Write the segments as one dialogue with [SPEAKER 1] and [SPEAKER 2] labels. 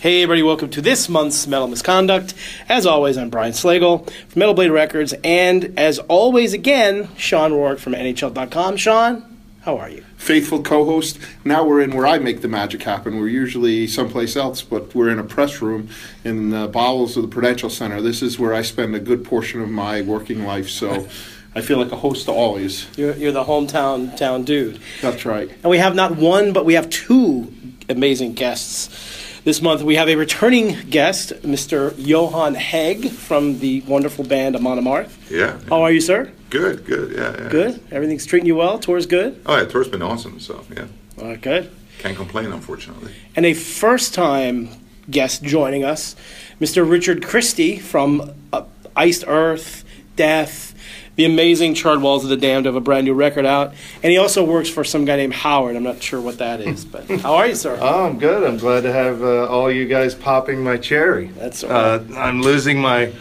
[SPEAKER 1] Hey, everybody, welcome to this month's Metal Misconduct. As always, I'm Brian Slagle from Metal Blade Records, and as always, again, Sean Rourke from NHL.com. Sean, how are you?
[SPEAKER 2] faithful co-host. Now we're in where I make the magic happen. We're usually someplace else, but we're in a press room in the bowels of the Prudential Center. This is where I spend a good portion of my working life, so I feel like a host to always.
[SPEAKER 1] You're, you're the hometown town dude.
[SPEAKER 2] That's right.
[SPEAKER 1] And we have not one, but we have two amazing guests. This month we have a returning guest, Mr. Johan Hegg from the wonderful band Amon Amarth.
[SPEAKER 3] Yeah.
[SPEAKER 1] How are you, sir?
[SPEAKER 3] Good, good, yeah, yeah.
[SPEAKER 1] Good? Everything's treating you well? Tour's good?
[SPEAKER 3] Oh, yeah, tour's been awesome, so yeah.
[SPEAKER 1] All right, good.
[SPEAKER 3] Can't complain, unfortunately.
[SPEAKER 1] and a first time guest joining us, Mr. Richard Christie from uh, Iced Earth, Death, the amazing Charred Walls of the Damned have a brand new record out. And he also works for some guy named Howard. I'm not sure what that is, but how are you, sir?
[SPEAKER 2] Uh,
[SPEAKER 4] Oh, I'm good. I'm glad to have uh, all you guys popping my cherry.
[SPEAKER 1] That's all
[SPEAKER 4] uh, I'm losing my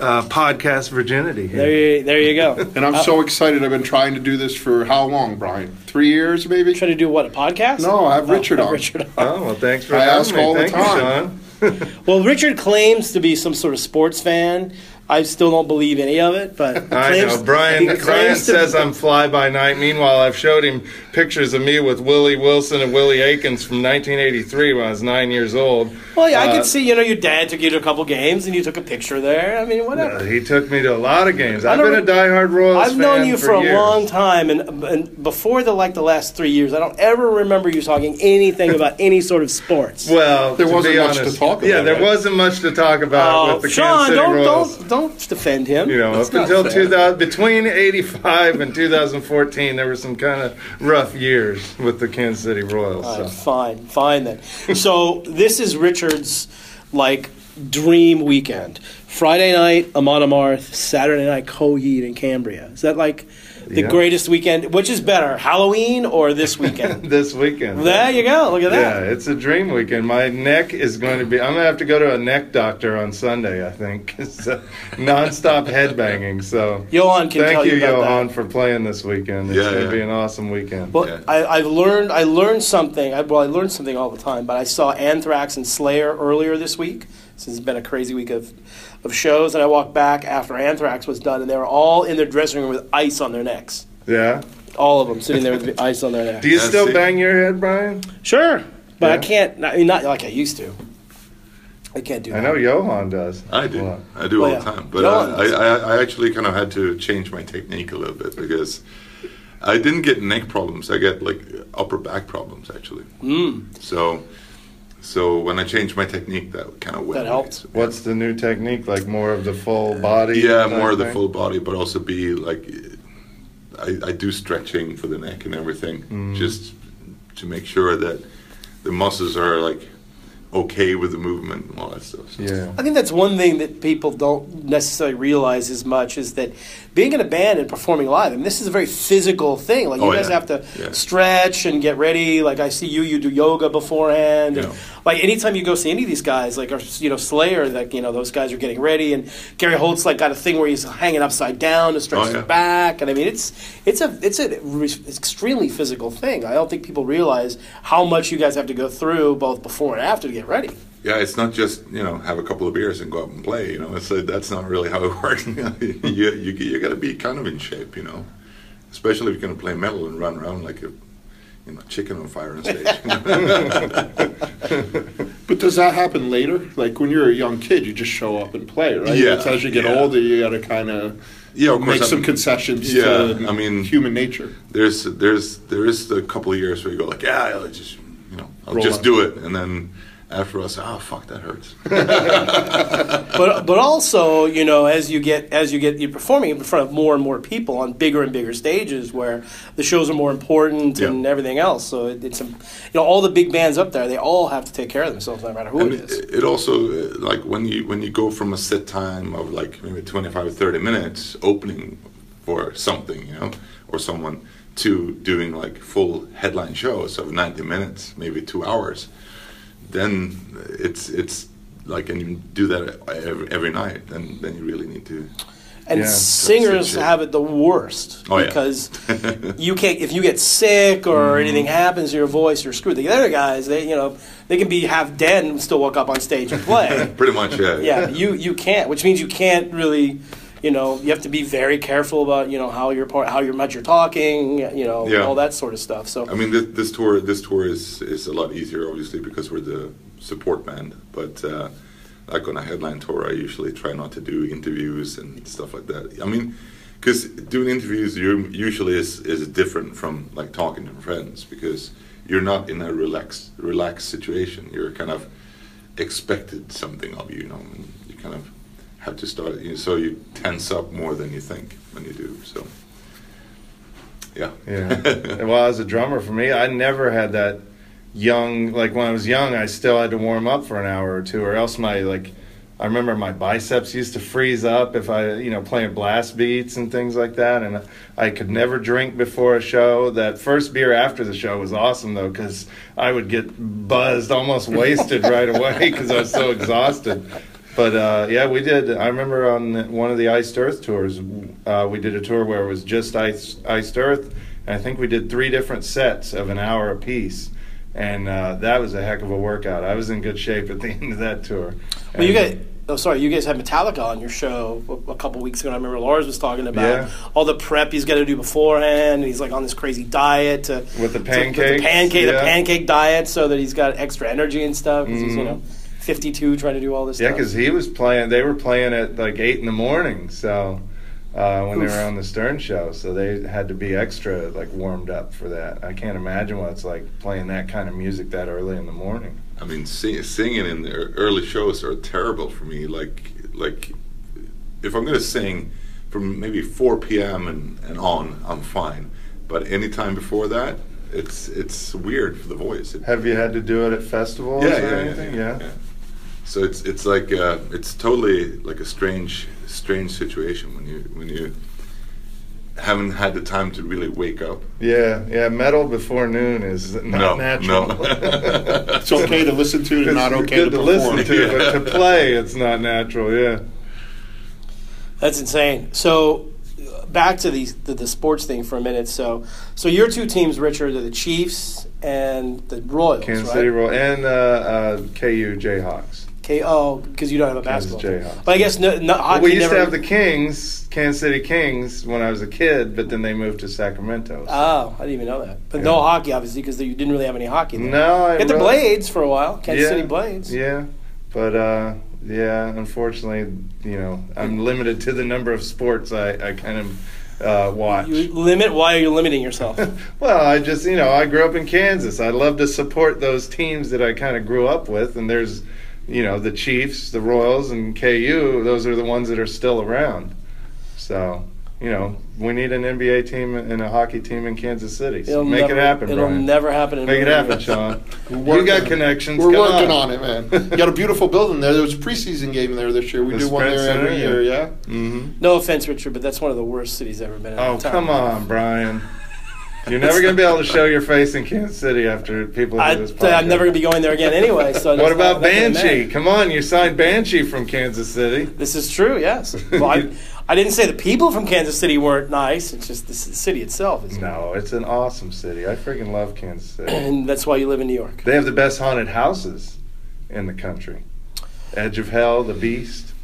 [SPEAKER 4] uh, podcast virginity. Here.
[SPEAKER 1] there, you, there you go.
[SPEAKER 2] And
[SPEAKER 3] Uh,
[SPEAKER 2] I'm so excited. I've been trying to do this for how long, Brian? Three years, maybe.
[SPEAKER 1] Trying to do what, a podcast?
[SPEAKER 2] No, I have Richard
[SPEAKER 1] have
[SPEAKER 2] on.
[SPEAKER 1] Richard on.
[SPEAKER 4] Oh well, thanks for
[SPEAKER 2] I
[SPEAKER 4] having
[SPEAKER 2] ask
[SPEAKER 4] me.
[SPEAKER 2] all the
[SPEAKER 4] Thank
[SPEAKER 2] time.
[SPEAKER 4] you, Sean.
[SPEAKER 1] Well, Richard claims to be some sort of sports fan. I still don't believe any of it, but he
[SPEAKER 4] I
[SPEAKER 1] claims,
[SPEAKER 4] know. Brian,
[SPEAKER 1] he
[SPEAKER 4] Brian
[SPEAKER 1] claims to-
[SPEAKER 4] says
[SPEAKER 2] uh,
[SPEAKER 4] I'm fly by night. Meanwhile, I've showed him pictures of me with Willie Wilson and Willie Aikens from 1983 when I was nine years old.
[SPEAKER 1] Well, yeah, I
[SPEAKER 4] Uh,
[SPEAKER 1] could see, you know, your dad took you to a couple games and you took a picture there. I mean, whatever.
[SPEAKER 4] Uh, he took me to a lot of games.
[SPEAKER 1] I
[SPEAKER 4] I've
[SPEAKER 1] don't
[SPEAKER 4] been a
[SPEAKER 1] re-
[SPEAKER 4] diehard Royals
[SPEAKER 1] I've known
[SPEAKER 4] fan
[SPEAKER 1] you for,
[SPEAKER 4] for
[SPEAKER 1] a
[SPEAKER 4] years.
[SPEAKER 1] long time, and, and before the like the last three years, I don't ever remember you talking anything about any sort of sports.
[SPEAKER 4] Well,
[SPEAKER 2] There
[SPEAKER 4] to
[SPEAKER 2] wasn't
[SPEAKER 4] be
[SPEAKER 2] much to
[SPEAKER 4] honest,
[SPEAKER 2] talk
[SPEAKER 4] Yeah,
[SPEAKER 2] about,
[SPEAKER 4] there
[SPEAKER 2] right?
[SPEAKER 4] wasn't much to talk about
[SPEAKER 1] Oh,
[SPEAKER 4] with the Kansas
[SPEAKER 1] Sean,
[SPEAKER 4] City
[SPEAKER 1] don't,
[SPEAKER 4] Royals.
[SPEAKER 1] don't don't defend him.
[SPEAKER 4] You know,
[SPEAKER 1] That's
[SPEAKER 4] up
[SPEAKER 1] not
[SPEAKER 4] until
[SPEAKER 1] fair.
[SPEAKER 4] 2000, between 85 and 2014, there were some kind of rough years with the Kansas City Royals.
[SPEAKER 1] All right,
[SPEAKER 4] so.
[SPEAKER 1] fine, fine then. so this is Richard's like dream weekend. Friday night, Amon Amarth. Saturday night, Coheed and Cambria. Is that like the
[SPEAKER 4] Yeah.
[SPEAKER 1] greatest weekend? Which is better, Halloween or this weekend?
[SPEAKER 4] This weekend.
[SPEAKER 1] there you go. Look at that.
[SPEAKER 4] Yeah, it's a dream weekend. My neck is going to be. I'm going to have to go to a neck doctor on Sunday, I think. It's uh, nonstop headbanging. So
[SPEAKER 1] Johan can tell
[SPEAKER 4] thank
[SPEAKER 1] you
[SPEAKER 4] you,
[SPEAKER 1] about that.
[SPEAKER 4] Johan, for playing this weekend. It's
[SPEAKER 3] Yeah,
[SPEAKER 4] going to
[SPEAKER 3] yeah.
[SPEAKER 4] be an awesome weekend.
[SPEAKER 1] Well,
[SPEAKER 3] Yeah.
[SPEAKER 1] I, I've learned I learned something. I, well, I learned something all the time, but I saw Anthrax and Slayer earlier this week. Since it's been a crazy week of, of shows, and I walked back after Anthrax was done, and they were all in their dressing room with ice on their necks.
[SPEAKER 4] yeah.
[SPEAKER 1] All of them sitting there with the ice on their
[SPEAKER 4] Do
[SPEAKER 1] necks.
[SPEAKER 4] you
[SPEAKER 3] That's
[SPEAKER 4] still
[SPEAKER 3] it.
[SPEAKER 4] bang your head, Brian?
[SPEAKER 1] Sure, but I
[SPEAKER 4] Yeah.
[SPEAKER 1] can't. I mean, not like I used to. I can't do that.
[SPEAKER 4] I know Johan does.
[SPEAKER 3] I do.
[SPEAKER 4] Well,
[SPEAKER 3] I do
[SPEAKER 1] Well,
[SPEAKER 3] all
[SPEAKER 1] yeah.
[SPEAKER 3] the time. But
[SPEAKER 1] No
[SPEAKER 3] uh, I,
[SPEAKER 1] one-
[SPEAKER 3] I, I actually kind of had to change my technique a little bit because I didn't get neck problems. I get like upper back problems, actually. Mm. So so when I changed my technique, that kind of went.
[SPEAKER 1] That
[SPEAKER 3] away.
[SPEAKER 1] helped.
[SPEAKER 3] So-
[SPEAKER 4] What's the new technique? Like more of the full body?
[SPEAKER 3] yeah,
[SPEAKER 4] type
[SPEAKER 3] more of the
[SPEAKER 4] thing?
[SPEAKER 3] full body, but also be like, I, I do stretching for the neck and everything,
[SPEAKER 4] Mm.
[SPEAKER 3] just to make sure that the muscles are like okay with the movement and all that stuff. So-
[SPEAKER 4] Yeah.
[SPEAKER 1] I think that's one thing that people don't necessarily realize as much is that being in a band and performing live, I mean, this is a very physical thing. Like, you
[SPEAKER 3] Oh,
[SPEAKER 1] guys
[SPEAKER 3] yeah.
[SPEAKER 1] have to
[SPEAKER 3] Yeah.
[SPEAKER 1] stretch and get ready. Like, I see you, you do yoga beforehand. And,
[SPEAKER 3] Yeah.
[SPEAKER 1] like, anytime you go see any of these guys, like, or, you know, Slayer, like, you know, those guys are getting ready. And Gary Holt's, like, got a thing where he's hanging upside down to stretch
[SPEAKER 3] Oh,
[SPEAKER 1] his
[SPEAKER 3] yeah.
[SPEAKER 1] back. And I mean, it's, it's a, it's a re- extremely physical thing. I don't think people realize how much you guys have to go through both before and after to get ready.
[SPEAKER 3] Yeah, it's not just you know have a couple of beers and go out and play. You know, it's uh, that's not really how it works. you you you got to be kind of in shape, you know, especially if you're gonna play metal and run around like a you know chicken on fire on stage.
[SPEAKER 2] But does that happen later? Like when you're a young kid, you just show up and play, right?
[SPEAKER 3] Yeah,
[SPEAKER 2] It's as you get
[SPEAKER 3] yeah.
[SPEAKER 2] older, you got to kind of
[SPEAKER 3] yeah, of course.
[SPEAKER 2] make some
[SPEAKER 3] I'm-
[SPEAKER 2] concessions. to
[SPEAKER 3] Yeah, I mean-
[SPEAKER 2] human nature.
[SPEAKER 3] there's there's there is a couple of years where you go like, yeah, I'll just you know I'll
[SPEAKER 2] Roll
[SPEAKER 3] just
[SPEAKER 2] up.
[SPEAKER 3] do it, and then after us, oh fuck, that hurts.
[SPEAKER 1] but but also you know as you get as you get you're performing in front of more and more people on bigger and bigger stages where the shows are more important and
[SPEAKER 3] Yeah.
[SPEAKER 1] everything else so it, it's a, you know all the big bands up there they all have to take care of themselves no matter who
[SPEAKER 3] And
[SPEAKER 1] it is
[SPEAKER 3] it, it also uh, like when you when you go from a set time of like maybe 25 or 30 minutes opening for something you know or someone to doing like full headline shows of 90 minutes maybe two hours then it's it's like and you do that every, every night then then you really need to
[SPEAKER 1] and
[SPEAKER 4] Yeah.
[SPEAKER 3] That's
[SPEAKER 1] singers
[SPEAKER 3] it.
[SPEAKER 1] have it the worst
[SPEAKER 3] Oh, yeah. Mm-hmm.
[SPEAKER 1] because you can't if you get sick or anything happens to your voice, you're screwed. The other guys, they you know they can be half dead and still walk up on stage and play.
[SPEAKER 3] Pretty much, uh, yeah.
[SPEAKER 1] yeah, you you can't, which means you can't really. You know, you have to be very careful about you know how you're part, how you're much you're talking, you know,
[SPEAKER 3] Yeah.
[SPEAKER 1] all that sort of stuff. So
[SPEAKER 3] I mean, this, this tour this tour is is a lot easier, obviously, because we're the support band. But uh, like on a headline tour, I usually try not to do interviews and stuff like that. I mean, because doing interviews you, usually is is different from like talking to friends because you're not in a relaxed relaxed situation. You're kind of expected something of you, you know. And you kind of have to start, you so you tense up more than you think when you do. So, yeah,
[SPEAKER 4] Yeah. well, as a drummer, for me, I never had that young. Like when I was young, I still had to warm up for an hour or two, or else my like. I remember my biceps used to freeze up if I, you know, playing blast beats and things like that, and I could never drink before a show. That first beer after the show was awesome though, because I would get buzzed, almost wasted right away, because I was so exhausted. But uh, yeah, we did. I remember on one of the Iced Earth tours, uh, we did a tour where it was just ice, Iced Earth, and I think we did three different sets of an hour apiece, and uh, that was a heck of a workout. I was in good shape at the end of that tour.
[SPEAKER 1] Well, you
[SPEAKER 4] And-
[SPEAKER 1] guys, oh, sorry, you guys had Metallica on your show a, a couple weeks ago. and I remember Lars was talking about
[SPEAKER 4] Yeah.
[SPEAKER 1] all the prep he's got to do beforehand, and he's like on this crazy diet to,
[SPEAKER 4] With the
[SPEAKER 1] to-
[SPEAKER 4] pancakes,
[SPEAKER 1] the pancake, the
[SPEAKER 4] yeah.
[SPEAKER 1] pancake diet, so that he's got extra energy and stuff. 'cause he's you know fifty-two trying to do all this.
[SPEAKER 4] Mm. Yeah,
[SPEAKER 1] stuff.
[SPEAKER 4] because he was playing. They were playing at like eight in the morning, so uh, when they were on the Stern show, so they had to be extra like warmed up for that. I can't imagine what it's like playing that kind of music that early in the morning.
[SPEAKER 3] I mean, sing, singing in the ear- early shows are terrible for me. Like, like if I'm gonna sing from maybe 4 p.m. and, and on, I'm fine. But any time before that, it's it's weird for the voice. It,
[SPEAKER 4] Have you had to do it at festivals
[SPEAKER 3] yeah,
[SPEAKER 4] or
[SPEAKER 3] yeah, yeah,
[SPEAKER 4] anything?
[SPEAKER 3] yeah, yeah. So it's it's like uh, it's totally like a strange strange situation when you when you haven't had the time to really wake up.
[SPEAKER 4] Yeah, yeah. Metal before noon is not
[SPEAKER 3] No,
[SPEAKER 4] natural.
[SPEAKER 3] no.
[SPEAKER 2] It's okay to listen to and
[SPEAKER 4] It's
[SPEAKER 2] not okay to
[SPEAKER 4] good to,
[SPEAKER 2] perform.
[SPEAKER 4] listen to, but to play, it's not natural. Yeah.
[SPEAKER 1] That's insane. So uh, back to the, the the sports thing for a minute. So so your two teams, Richard, are the Chiefs and the Royals,
[SPEAKER 4] Kansas
[SPEAKER 1] right?
[SPEAKER 4] City Roll and uh, uh, KU Jayhawks.
[SPEAKER 1] K- oh, because you don't have a
[SPEAKER 4] Kansas
[SPEAKER 1] basketball.
[SPEAKER 4] Jayhawks.
[SPEAKER 1] But I guess no, no hockey
[SPEAKER 4] we used
[SPEAKER 1] never,
[SPEAKER 4] to have the Kings, Kansas City Kings, when I was a kid, but then they moved to Sacramento.
[SPEAKER 1] Oh, I didn't even know that. But no
[SPEAKER 4] Yeah.
[SPEAKER 1] hockey, obviously, because you didn't really have any hockey. There.
[SPEAKER 4] no, I
[SPEAKER 1] you had the
[SPEAKER 4] really-
[SPEAKER 1] Blades for a while, Kansas
[SPEAKER 4] Yeah,
[SPEAKER 1] City Blades.
[SPEAKER 4] Yeah, but uh, yeah, unfortunately, you know, I'm limited to the number of sports I, I kind of uh, watch.
[SPEAKER 1] You limit. Why are you limiting yourself?
[SPEAKER 4] Well, I just, you know, I grew up in Kansas. I love to support those teams that I kind of grew up with. And there's, you know, the Chiefs, the Royals, and KU. Those are the ones that are still around. So, you know, we need an NBA team and a hockey team in Kansas City. So make
[SPEAKER 1] never
[SPEAKER 4] it happen,
[SPEAKER 1] It'll
[SPEAKER 4] Brian.
[SPEAKER 1] never happen. In
[SPEAKER 4] Make it
[SPEAKER 1] Illinois.
[SPEAKER 4] happen, Sean.
[SPEAKER 2] working
[SPEAKER 4] you got
[SPEAKER 2] on it.
[SPEAKER 4] connections.
[SPEAKER 2] We're
[SPEAKER 4] Come
[SPEAKER 2] working on. it, man. You got a beautiful building there. There was a preseason game there this year. We
[SPEAKER 4] The
[SPEAKER 2] do one
[SPEAKER 4] Sprint
[SPEAKER 2] there every year,
[SPEAKER 4] Center, yeah. Mm.
[SPEAKER 2] yeah.
[SPEAKER 1] No offense, Richard, but that's one of the worst cities I've ever been. in
[SPEAKER 4] Mm-hmm. Oh,
[SPEAKER 1] my time.
[SPEAKER 4] come on, Brian. You're never going to be able to show your face in Kansas City after people
[SPEAKER 1] I, uh,
[SPEAKER 4] do this podcast.
[SPEAKER 1] I'm never going to be going there again anyway. So
[SPEAKER 4] What
[SPEAKER 1] that's
[SPEAKER 4] about
[SPEAKER 1] not- that doesn't matter.
[SPEAKER 4] Banshee? Come on, you signed Banshee from Kansas City.
[SPEAKER 1] This is true. Yes. Well, I, I didn't say the people from Kansas City weren't nice. It's just the c- city itself is.
[SPEAKER 4] No, it's an awesome city. I freaking love Kansas City.
[SPEAKER 1] And that's why you live in New York.
[SPEAKER 4] they have the best haunted houses in the country. Edge of Hell, The Beast.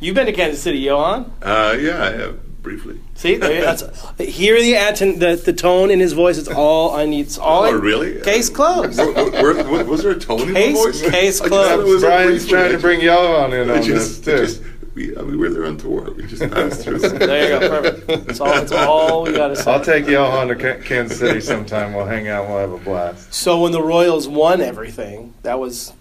[SPEAKER 1] You've been to Kansas City, Johan.
[SPEAKER 3] Uh, yeah, yeah, briefly.
[SPEAKER 1] See, there- that's hear the, atten- the the tone in his voice. It's all I need. It's all.
[SPEAKER 3] Oh,
[SPEAKER 1] I-
[SPEAKER 3] really?
[SPEAKER 1] Case closed.
[SPEAKER 3] Were- were- were- was there a tone in my
[SPEAKER 1] Case-
[SPEAKER 3] voice?
[SPEAKER 1] case
[SPEAKER 3] I thought it
[SPEAKER 1] closed.
[SPEAKER 3] was a
[SPEAKER 4] Brian's
[SPEAKER 3] briefly.
[SPEAKER 4] trying to bring Johan in
[SPEAKER 3] I
[SPEAKER 4] on
[SPEAKER 3] just, I
[SPEAKER 4] this
[SPEAKER 3] just
[SPEAKER 4] too.
[SPEAKER 3] we, I mean, we're there on tour. We just passed through.
[SPEAKER 1] There you go. Perfect. That's all. That's all we gotta say.
[SPEAKER 4] I'll take Johan to Ca- Kansas City sometime. We'll hang out. We'll have a blast.
[SPEAKER 1] so when the Royals won everything, that was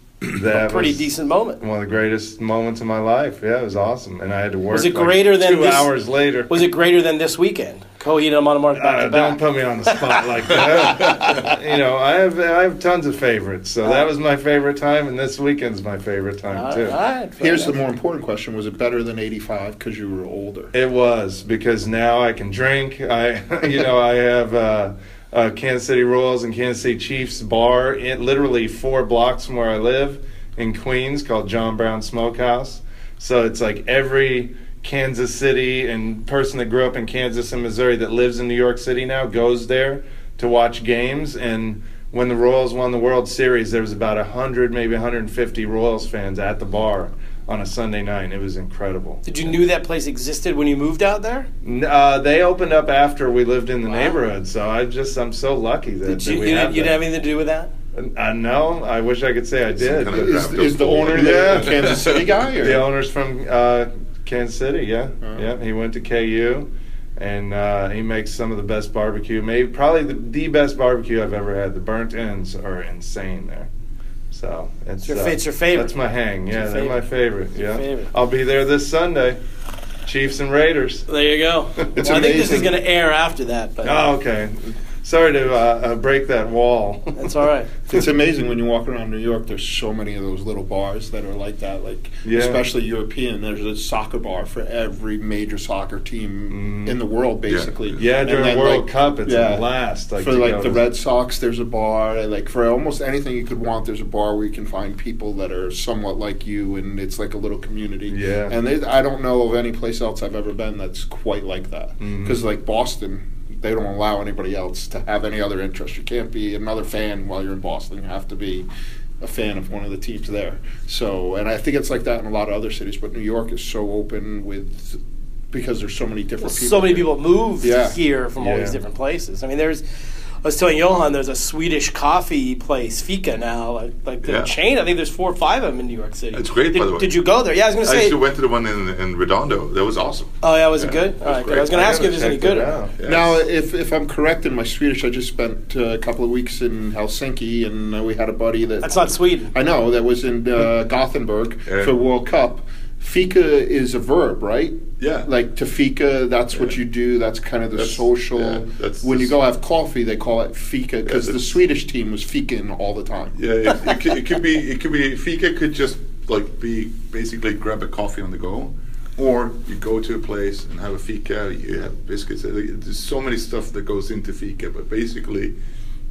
[SPEAKER 4] That
[SPEAKER 1] a pretty
[SPEAKER 4] was
[SPEAKER 1] decent moment.
[SPEAKER 4] One of the greatest moments of my life. Yeah, it was awesome, and I had to work.
[SPEAKER 1] Was it
[SPEAKER 4] like,
[SPEAKER 1] greater than
[SPEAKER 4] two
[SPEAKER 1] this-
[SPEAKER 4] hours later?
[SPEAKER 1] Was it greater than this weekend? Coheed and Montemark
[SPEAKER 4] Uh,
[SPEAKER 1] back to
[SPEAKER 4] don't
[SPEAKER 1] back.
[SPEAKER 4] put me on the spot like that. you know, I have I have tons of favorites, so that was my favorite time, and this weekend's my favorite time
[SPEAKER 1] All
[SPEAKER 4] too.
[SPEAKER 1] right, fair
[SPEAKER 2] Here's the
[SPEAKER 1] enough.
[SPEAKER 2] more important question: Was it better than '85 because you were older?
[SPEAKER 4] It was because now I can drink. I, you know, I have uh, uh, Kansas City Royals and Kansas City Chiefs bar, in, literally four blocks from where I live in Queens, called John Brown Smokehouse. So it's like every Kansas City and person that grew up in Kansas and Missouri that lives in New York City now goes there to watch games and when the Royals won the World Series there was about 100 maybe 150 Royals fans at the bar on a Sunday night. It was incredible.
[SPEAKER 1] Did you knew that place existed when you moved out there?
[SPEAKER 4] N- Uh, they opened up after we lived in the neighborhood, so I just I'm so lucky that,
[SPEAKER 1] Did
[SPEAKER 4] that
[SPEAKER 1] you, you,
[SPEAKER 4] we
[SPEAKER 1] didn't,
[SPEAKER 4] have
[SPEAKER 1] you
[SPEAKER 4] that.
[SPEAKER 1] didn't have anything to do with that?
[SPEAKER 4] I know. I wish I could say I did.
[SPEAKER 3] kind
[SPEAKER 4] but-
[SPEAKER 3] of
[SPEAKER 2] Is, is the owner
[SPEAKER 4] Yeah.
[SPEAKER 2] the Kansas City guy? Or? Oh.
[SPEAKER 4] The owner's from uh, Kansas City. Yeah, yeah. He went to KU, and uh, he makes some of the best barbecue. Maybe probably the, the best barbecue I've ever had. The burnt ends are insane there. So it's, uh,
[SPEAKER 1] your fa- it's your favorite.
[SPEAKER 4] That's my hang. Yeah,
[SPEAKER 1] your
[SPEAKER 4] they're my favorite. yeah,
[SPEAKER 1] favorite.
[SPEAKER 4] I'll be there this Sunday. Chiefs and Raiders.
[SPEAKER 1] There you go.
[SPEAKER 2] It's
[SPEAKER 1] Well, I think this is
[SPEAKER 2] amazing.
[SPEAKER 1] going to air after that, but
[SPEAKER 4] Oh, okay. Sorry to uh, uh, break that wall.
[SPEAKER 1] that's all right.
[SPEAKER 2] It's amazing when you walk around New York. There's so many of those little bars that are like that, like
[SPEAKER 4] Yeah.
[SPEAKER 2] especially European. There's a soccer bar for every major soccer team
[SPEAKER 4] Mm.
[SPEAKER 2] in the world, basically.
[SPEAKER 4] yeah,
[SPEAKER 2] And
[SPEAKER 4] during
[SPEAKER 2] then,
[SPEAKER 4] World
[SPEAKER 2] like,
[SPEAKER 4] Cup, it's
[SPEAKER 2] yeah,
[SPEAKER 4] the last. Like,
[SPEAKER 2] for
[SPEAKER 4] to
[SPEAKER 2] like
[SPEAKER 4] go
[SPEAKER 2] the
[SPEAKER 4] to.
[SPEAKER 2] Red Sox, there's a bar. and, Like for almost anything you could want, there's a bar where you can find people that are somewhat like you, and it's like a little community.
[SPEAKER 4] Yeah.
[SPEAKER 2] And they, I don't know of any place else I've ever been that's quite like that.
[SPEAKER 4] Mhm.
[SPEAKER 2] Because Mm-hmm. like Boston, they don't allow anybody else to have any other interest. You can't be another fan while you're in Boston. You have to be a fan of one of the teams there. So, and I think it's like that in a lot of other cities, but New York is so open with because there's so many different people.
[SPEAKER 1] so many
[SPEAKER 2] here.
[SPEAKER 1] people moved
[SPEAKER 2] Yeah.
[SPEAKER 1] here from all
[SPEAKER 4] Yeah.
[SPEAKER 1] these different places. I mean, there's. I was telling Johan there's a Swedish coffee place, Fika now, like, like the
[SPEAKER 3] Yeah.
[SPEAKER 1] chain. I think there's four or five of them in New York City.
[SPEAKER 3] It's great,
[SPEAKER 1] did,
[SPEAKER 3] by the way.
[SPEAKER 1] Did you go there? Yeah, I was going to
[SPEAKER 3] I
[SPEAKER 1] say.
[SPEAKER 3] actually went to the one in, in Redondo. That was awesome.
[SPEAKER 1] oh yeah, was it
[SPEAKER 3] Yeah,
[SPEAKER 1] good?
[SPEAKER 3] it was
[SPEAKER 1] all right, good.
[SPEAKER 3] great.
[SPEAKER 1] I was going to
[SPEAKER 4] I
[SPEAKER 1] ask you if
[SPEAKER 4] gotta
[SPEAKER 1] there's any
[SPEAKER 4] check that
[SPEAKER 1] good. or
[SPEAKER 4] out.
[SPEAKER 1] not.
[SPEAKER 3] Yes.
[SPEAKER 2] Now, if, if I'm correct in my Swedish, I just spent uh, a couple of weeks in Helsinki, and uh, we had a buddy that
[SPEAKER 1] That's not Sweden.
[SPEAKER 2] I know that was in uh, Gothenburg
[SPEAKER 3] Yeah.
[SPEAKER 2] for World Cup. Fika is a verb, right?
[SPEAKER 3] Yeah.
[SPEAKER 2] Like to fika, that's what
[SPEAKER 3] Yeah.
[SPEAKER 2] you do. That's kind of the
[SPEAKER 3] That's-
[SPEAKER 2] social.
[SPEAKER 3] yeah, that's-
[SPEAKER 2] when you
[SPEAKER 3] that's-
[SPEAKER 2] go have coffee, they call it fika because the
[SPEAKER 3] that's-
[SPEAKER 2] Swedish team was fikaing all the time.
[SPEAKER 3] Yeah, it, it, could, it could be. It could be. Fika could just like be basically grab a coffee on the go, or you go to a place and have a fika. You have biscuits. Uh, There's so many stuff that goes into fika, but basically,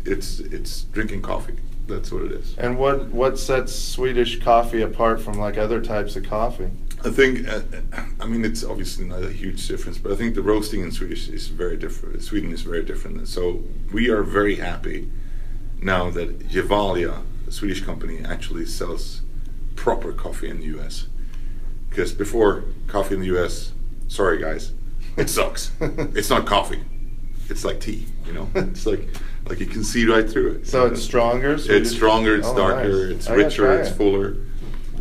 [SPEAKER 3] it's it's drinking coffee. That's what it is.
[SPEAKER 4] And what what sets Swedish coffee apart from like other types of coffee?
[SPEAKER 3] I think. Uh, I mean, it's obviously not a huge difference, but I think the roasting in Swedish is very different. Sweden is very different, and so we are very happy now that Gevalia, a Swedish company, actually sells proper coffee in the U.S. Because before coffee in the U.S., sorry guys, it sucks. it's not coffee. It's like tea, you know. It's like like you can see right through it.
[SPEAKER 4] So it's stronger. Swedish-
[SPEAKER 3] It's stronger. It's
[SPEAKER 4] Oh,
[SPEAKER 3] darker.
[SPEAKER 4] nice.
[SPEAKER 3] It's
[SPEAKER 4] I gotta
[SPEAKER 3] richer.
[SPEAKER 4] try
[SPEAKER 3] It's
[SPEAKER 4] it.
[SPEAKER 3] fuller.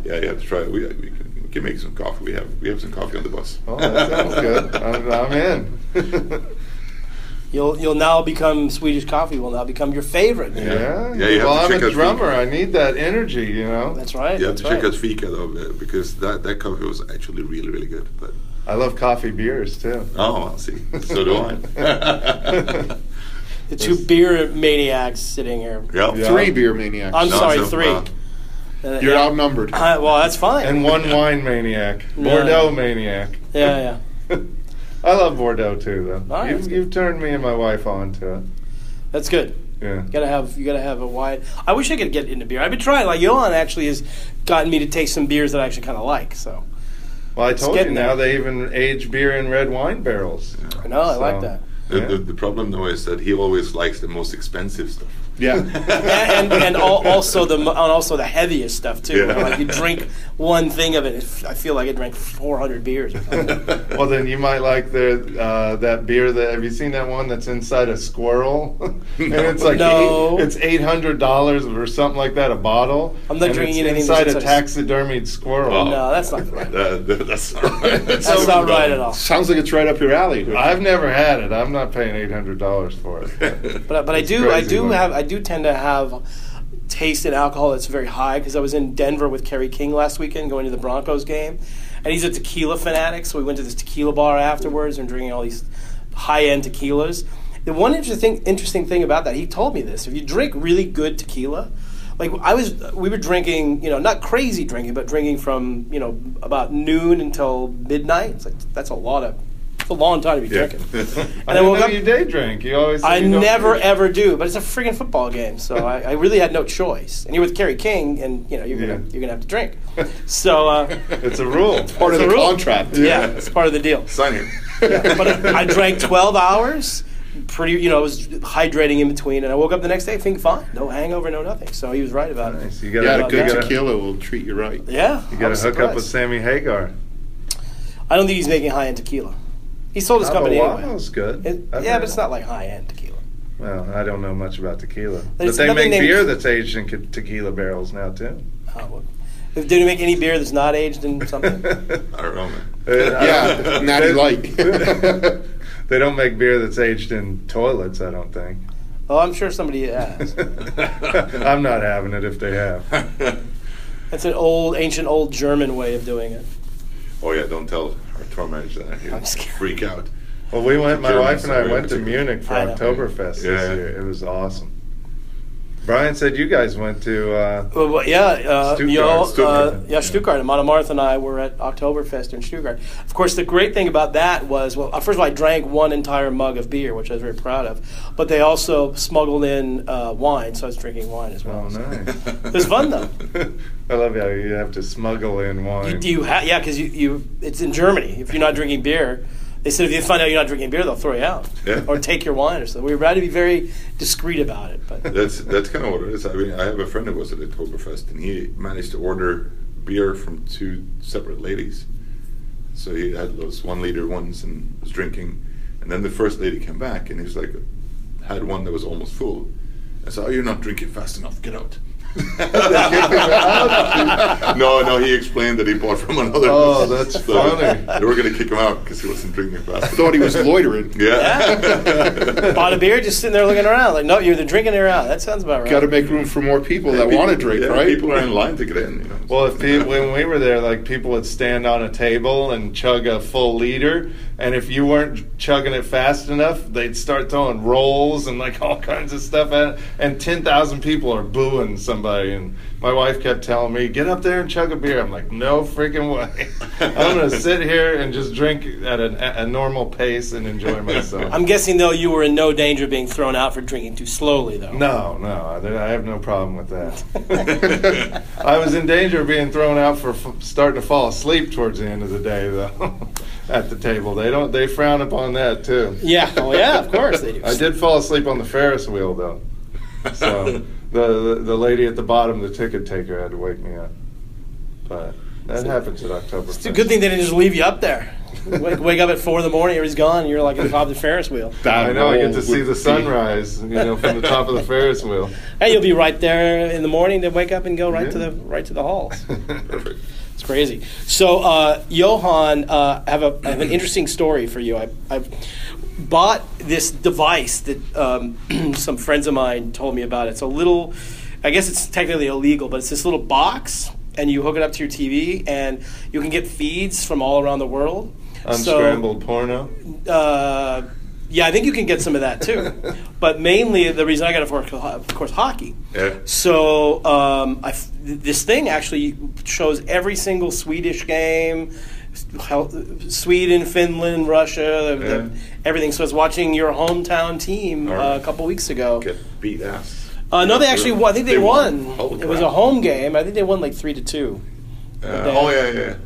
[SPEAKER 3] Yeah, you have to try it. We, we, can, we can make some coffee. We have we have some coffee on the bus.
[SPEAKER 4] Oh, that sounds good. I'm, I'm in.
[SPEAKER 1] You'll you'll now become Swedish coffee will now become your favorite.
[SPEAKER 4] yeah.
[SPEAKER 3] Yeah, you have
[SPEAKER 4] well,
[SPEAKER 3] to
[SPEAKER 4] I'm
[SPEAKER 3] check
[SPEAKER 4] a
[SPEAKER 3] out
[SPEAKER 4] drummer.
[SPEAKER 3] Fika.
[SPEAKER 4] I need that energy. You know.
[SPEAKER 1] That's right.
[SPEAKER 3] You have
[SPEAKER 1] that's
[SPEAKER 3] to check
[SPEAKER 1] right.
[SPEAKER 3] out Fika though, uh, because that that coffee was actually really really good. But
[SPEAKER 4] I love coffee beers too.
[SPEAKER 3] oh, I'll see. So do I.
[SPEAKER 1] the two beer maniacs sitting here.
[SPEAKER 3] yeah.
[SPEAKER 4] Yeah.
[SPEAKER 2] Three beer maniacs.
[SPEAKER 1] I'm
[SPEAKER 3] No,
[SPEAKER 1] sorry,
[SPEAKER 3] so,
[SPEAKER 1] three.
[SPEAKER 3] uh,
[SPEAKER 1] Uh,
[SPEAKER 2] You're
[SPEAKER 1] yeah.
[SPEAKER 2] outnumbered.
[SPEAKER 1] Uh, well, that's fine.
[SPEAKER 4] And one wine maniac, Bordeaux maniac.
[SPEAKER 1] yeah, yeah.
[SPEAKER 4] I love Bordeaux too, though.
[SPEAKER 1] All right, that's
[SPEAKER 4] you've,
[SPEAKER 1] good.
[SPEAKER 4] you've turned me and my wife on to it.
[SPEAKER 1] That's good.
[SPEAKER 4] Yeah.
[SPEAKER 1] You gotta have you gotta have a wide. I wish I could get into beer. I've been trying. Like Johan actually has gotten me to taste some beers that I actually kind of like. So
[SPEAKER 4] Well, I told you
[SPEAKER 1] getting
[SPEAKER 4] now
[SPEAKER 1] there.
[SPEAKER 4] they even age beer in red wine barrels.
[SPEAKER 1] I know I like
[SPEAKER 4] So-
[SPEAKER 1] that.
[SPEAKER 3] The,
[SPEAKER 4] Yeah.
[SPEAKER 3] the, the problem though is that he always likes the most expensive stuff.
[SPEAKER 2] Yeah.
[SPEAKER 1] And, and, and al- also the and also the heaviest stuff too.
[SPEAKER 3] Yeah.
[SPEAKER 1] Like you drink one thing of it, it- I feel like I drank 400 beers. Or something.
[SPEAKER 4] Well, then you might like the uh, that beer that have you seen that one that's inside a squirrel? and it's like
[SPEAKER 1] No.
[SPEAKER 4] eight, it's eight hundred dollars or something like that a bottle.
[SPEAKER 1] I'm not
[SPEAKER 4] and
[SPEAKER 1] drinking
[SPEAKER 4] it's
[SPEAKER 1] anything
[SPEAKER 4] inside
[SPEAKER 1] that's
[SPEAKER 4] a
[SPEAKER 1] inside a-
[SPEAKER 4] taxidermied squirrel.
[SPEAKER 3] Oh.
[SPEAKER 1] No, that's not right.
[SPEAKER 3] That- that- that's not right.
[SPEAKER 1] That's not right at all.
[SPEAKER 2] Sounds like it's right up your alley.
[SPEAKER 4] I've never had it. I'm not paying eight hundred dollars for it.
[SPEAKER 1] But I- but I
[SPEAKER 4] It's
[SPEAKER 1] do I
[SPEAKER 4] crazy,
[SPEAKER 1] do
[SPEAKER 4] wasn't it?
[SPEAKER 1] have I do tend to have taste in alcohol that's very high because I was in Denver with Kerry King last weekend going to the Broncos game, and he's a tequila fanatic. So we went to this tequila bar afterwards and drinking all these high end tequilas. The one interesting interesting thing about that he told me this: if you drink really good tequila. Like I was, we were drinking, you know, not crazy drinking, but drinking from, you know, about noon until midnight. It's like that's a lot of a long time to be
[SPEAKER 3] Yeah.
[SPEAKER 1] drinking.
[SPEAKER 4] I
[SPEAKER 1] And I
[SPEAKER 4] didn't
[SPEAKER 1] woke
[SPEAKER 4] know
[SPEAKER 1] up-
[SPEAKER 4] you day drink. You always. say
[SPEAKER 1] I
[SPEAKER 4] you don't
[SPEAKER 1] never
[SPEAKER 4] drink.
[SPEAKER 1] ever do, but it's a freaking football game, so I, I really had no choice. And you're with Kerry King, and you know you're gonna
[SPEAKER 4] Yeah.
[SPEAKER 1] you're gonna have to drink. So uh,
[SPEAKER 4] It's a rule.
[SPEAKER 2] Part of
[SPEAKER 1] It's a
[SPEAKER 2] the
[SPEAKER 1] rule.
[SPEAKER 2] contract.
[SPEAKER 1] yeah, it's part of the deal.
[SPEAKER 3] Sign it.
[SPEAKER 1] But I drank 12 hours, pretty you know I was hydrating in between, and I woke up the next day feeling fine, no hangover, no nothing. So he was right about it.
[SPEAKER 4] Nice. You gotta,
[SPEAKER 2] Yeah, a
[SPEAKER 4] you
[SPEAKER 2] good
[SPEAKER 4] gotta,
[SPEAKER 2] tequila will treat you right.
[SPEAKER 1] Yeah,
[SPEAKER 4] you
[SPEAKER 1] I
[SPEAKER 4] gotta
[SPEAKER 1] was
[SPEAKER 4] hook up with
[SPEAKER 1] surprised.
[SPEAKER 4] Sammy Hagar.
[SPEAKER 1] I don't think he's making high end tequila. He sold his
[SPEAKER 4] Oh,
[SPEAKER 1] company
[SPEAKER 4] wow,
[SPEAKER 1] anyway.
[SPEAKER 4] that's good.
[SPEAKER 1] It-
[SPEAKER 4] I've
[SPEAKER 1] yeah,
[SPEAKER 4] heard
[SPEAKER 1] but it's
[SPEAKER 4] that.
[SPEAKER 1] not like high end tequila.
[SPEAKER 4] Well, I don't know much about tequila,
[SPEAKER 1] There's
[SPEAKER 4] but they
[SPEAKER 1] nothing
[SPEAKER 4] make
[SPEAKER 1] named-
[SPEAKER 4] beer that's aged in ke- tequila barrels now too.
[SPEAKER 1] Oh, well. Do they make any beer that's not aged in something?
[SPEAKER 3] I don't know, man.
[SPEAKER 4] Uh,
[SPEAKER 2] Yeah, natty light.
[SPEAKER 4] they don't make beer that's aged in toilets. I don't think.
[SPEAKER 1] oh, I'm sure somebody has.
[SPEAKER 4] I'm not having it if they have.
[SPEAKER 1] That's an old, ancient, old German way of doing it.
[SPEAKER 3] oh yeah, don't tell our tour manager that. He'll
[SPEAKER 1] I'm scared.
[SPEAKER 3] freak out.
[SPEAKER 4] Well, we went. My
[SPEAKER 3] German
[SPEAKER 4] wife and I
[SPEAKER 3] side,
[SPEAKER 4] went to
[SPEAKER 3] particularly.
[SPEAKER 4] Munich for
[SPEAKER 1] I know.
[SPEAKER 4] Oktoberfest
[SPEAKER 3] Yeah.
[SPEAKER 4] this year. It was awesome. Brian said you guys went to. Uh,
[SPEAKER 1] Well, well, yeah, uh,
[SPEAKER 4] Stuttgart,
[SPEAKER 1] you all,
[SPEAKER 3] Stuttgart.
[SPEAKER 1] Uh, yeah, Stuttgart. And Monomarth and I were at Oktoberfest in Stuttgart. Of course, the great thing about that was, well, uh, first of all, I drank one entire mug of beer, which I was very proud of. But they also smuggled in uh, wine, so I was drinking wine as well.
[SPEAKER 4] oh, nice.
[SPEAKER 1] It was fun though.
[SPEAKER 4] I love how you have to smuggle in
[SPEAKER 1] You,
[SPEAKER 4] wine.
[SPEAKER 1] do you ha- yeah, because you, you, it's in Germany. If you're not drinking beer, they said if they find out you're not drinking beer, they'll throw you out
[SPEAKER 3] Yeah.
[SPEAKER 1] or take your wine or something. We were trying to be very discreet about it, but
[SPEAKER 3] That's that's kind of what it is. I mean, I have a friend who was at Oktoberfest, and he managed to order beer from two separate ladies. So he had those one liter ones and was drinking, and then the first lady came back, and he was like, had one that was almost full. I said, "Oh, you're not drinking fast enough. Get out." no, no. He explained that he bought from another.
[SPEAKER 4] Oh, that's funny.
[SPEAKER 3] They were gonna kick him out because he wasn't drinking fast. enough.
[SPEAKER 2] Thought he was loitering.
[SPEAKER 3] Yeah.
[SPEAKER 1] bought a beer, just sitting there looking around. Like, no, you're either drinking or out. That sounds about right.
[SPEAKER 2] Got to make room for more people that
[SPEAKER 3] People-
[SPEAKER 2] want to drink,
[SPEAKER 3] yeah,
[SPEAKER 2] right?
[SPEAKER 3] People are in line to get in. You know.
[SPEAKER 4] Well, if people, when we were there, like people would stand on a table and chug a full liter, and if you weren't chugging it fast enough, they'd start throwing rolls and like all kinds of stuff at. it. And ten thousand people are booing somebody, and my wife kept telling me, "Get up there and chug a beer." I'm like, "No freaking way! I'm gonna sit here and just drink at an, at a normal pace and enjoy myself."
[SPEAKER 1] I'm guessing though you were in no danger of being thrown out for drinking too slowly though.
[SPEAKER 4] no, no, there- I have no problem with that. I was in danger of being thrown out for f- starting to fall asleep towards the end of the day, though, at the table. They don't. They frown upon that too.
[SPEAKER 1] Yeah, oh yeah, of course they do.
[SPEAKER 4] I did fall asleep on the Ferris wheel though, so the, the the lady at the bottom, the ticket taker, had to wake me up. But that happens at October.
[SPEAKER 1] It's a good thing they didn't just leave you up there. Wake, wake up at four in the morning, everybody's gone, and you're like on top of the Ferris wheel.
[SPEAKER 2] That
[SPEAKER 4] I know. I get
[SPEAKER 2] roll
[SPEAKER 4] to see
[SPEAKER 2] would
[SPEAKER 4] the
[SPEAKER 2] be-
[SPEAKER 4] sunrise, you know, from the top of the Ferris wheel.
[SPEAKER 1] Hey, you'll be right there in the morning to wake up and go right to the right to the halls.
[SPEAKER 3] Perfect.
[SPEAKER 1] It's crazy. So, uh, Johan, uh, I have a I have an interesting story for you. I, I bought this device that um, some friends of mine told me about. It's a little, I guess it's technically illegal, but it's this little box, and you hook it up to your TV, and you can get feeds from all around the world. So,
[SPEAKER 4] Unscrambled porno.
[SPEAKER 1] uh, yeah, I think you can get some of that too. but mainly, the reason I got it for, of course, hockey.
[SPEAKER 3] Yeah.
[SPEAKER 1] So um, I f- th- this thing actually shows every single Swedish game, s- how, Sweden, Finland, Russia, the- the- everything. So I was watching your hometown team
[SPEAKER 3] All
[SPEAKER 1] uh,
[SPEAKER 3] right.
[SPEAKER 1] a couple weeks ago.
[SPEAKER 3] Get beat ass.
[SPEAKER 1] Uh, no, they actually won. I think they, won.
[SPEAKER 3] Holy
[SPEAKER 1] It was
[SPEAKER 3] crap.
[SPEAKER 1] a home game. I think they won like three to two.
[SPEAKER 3] Uh,
[SPEAKER 1] They-
[SPEAKER 3] oh yeah, yeah,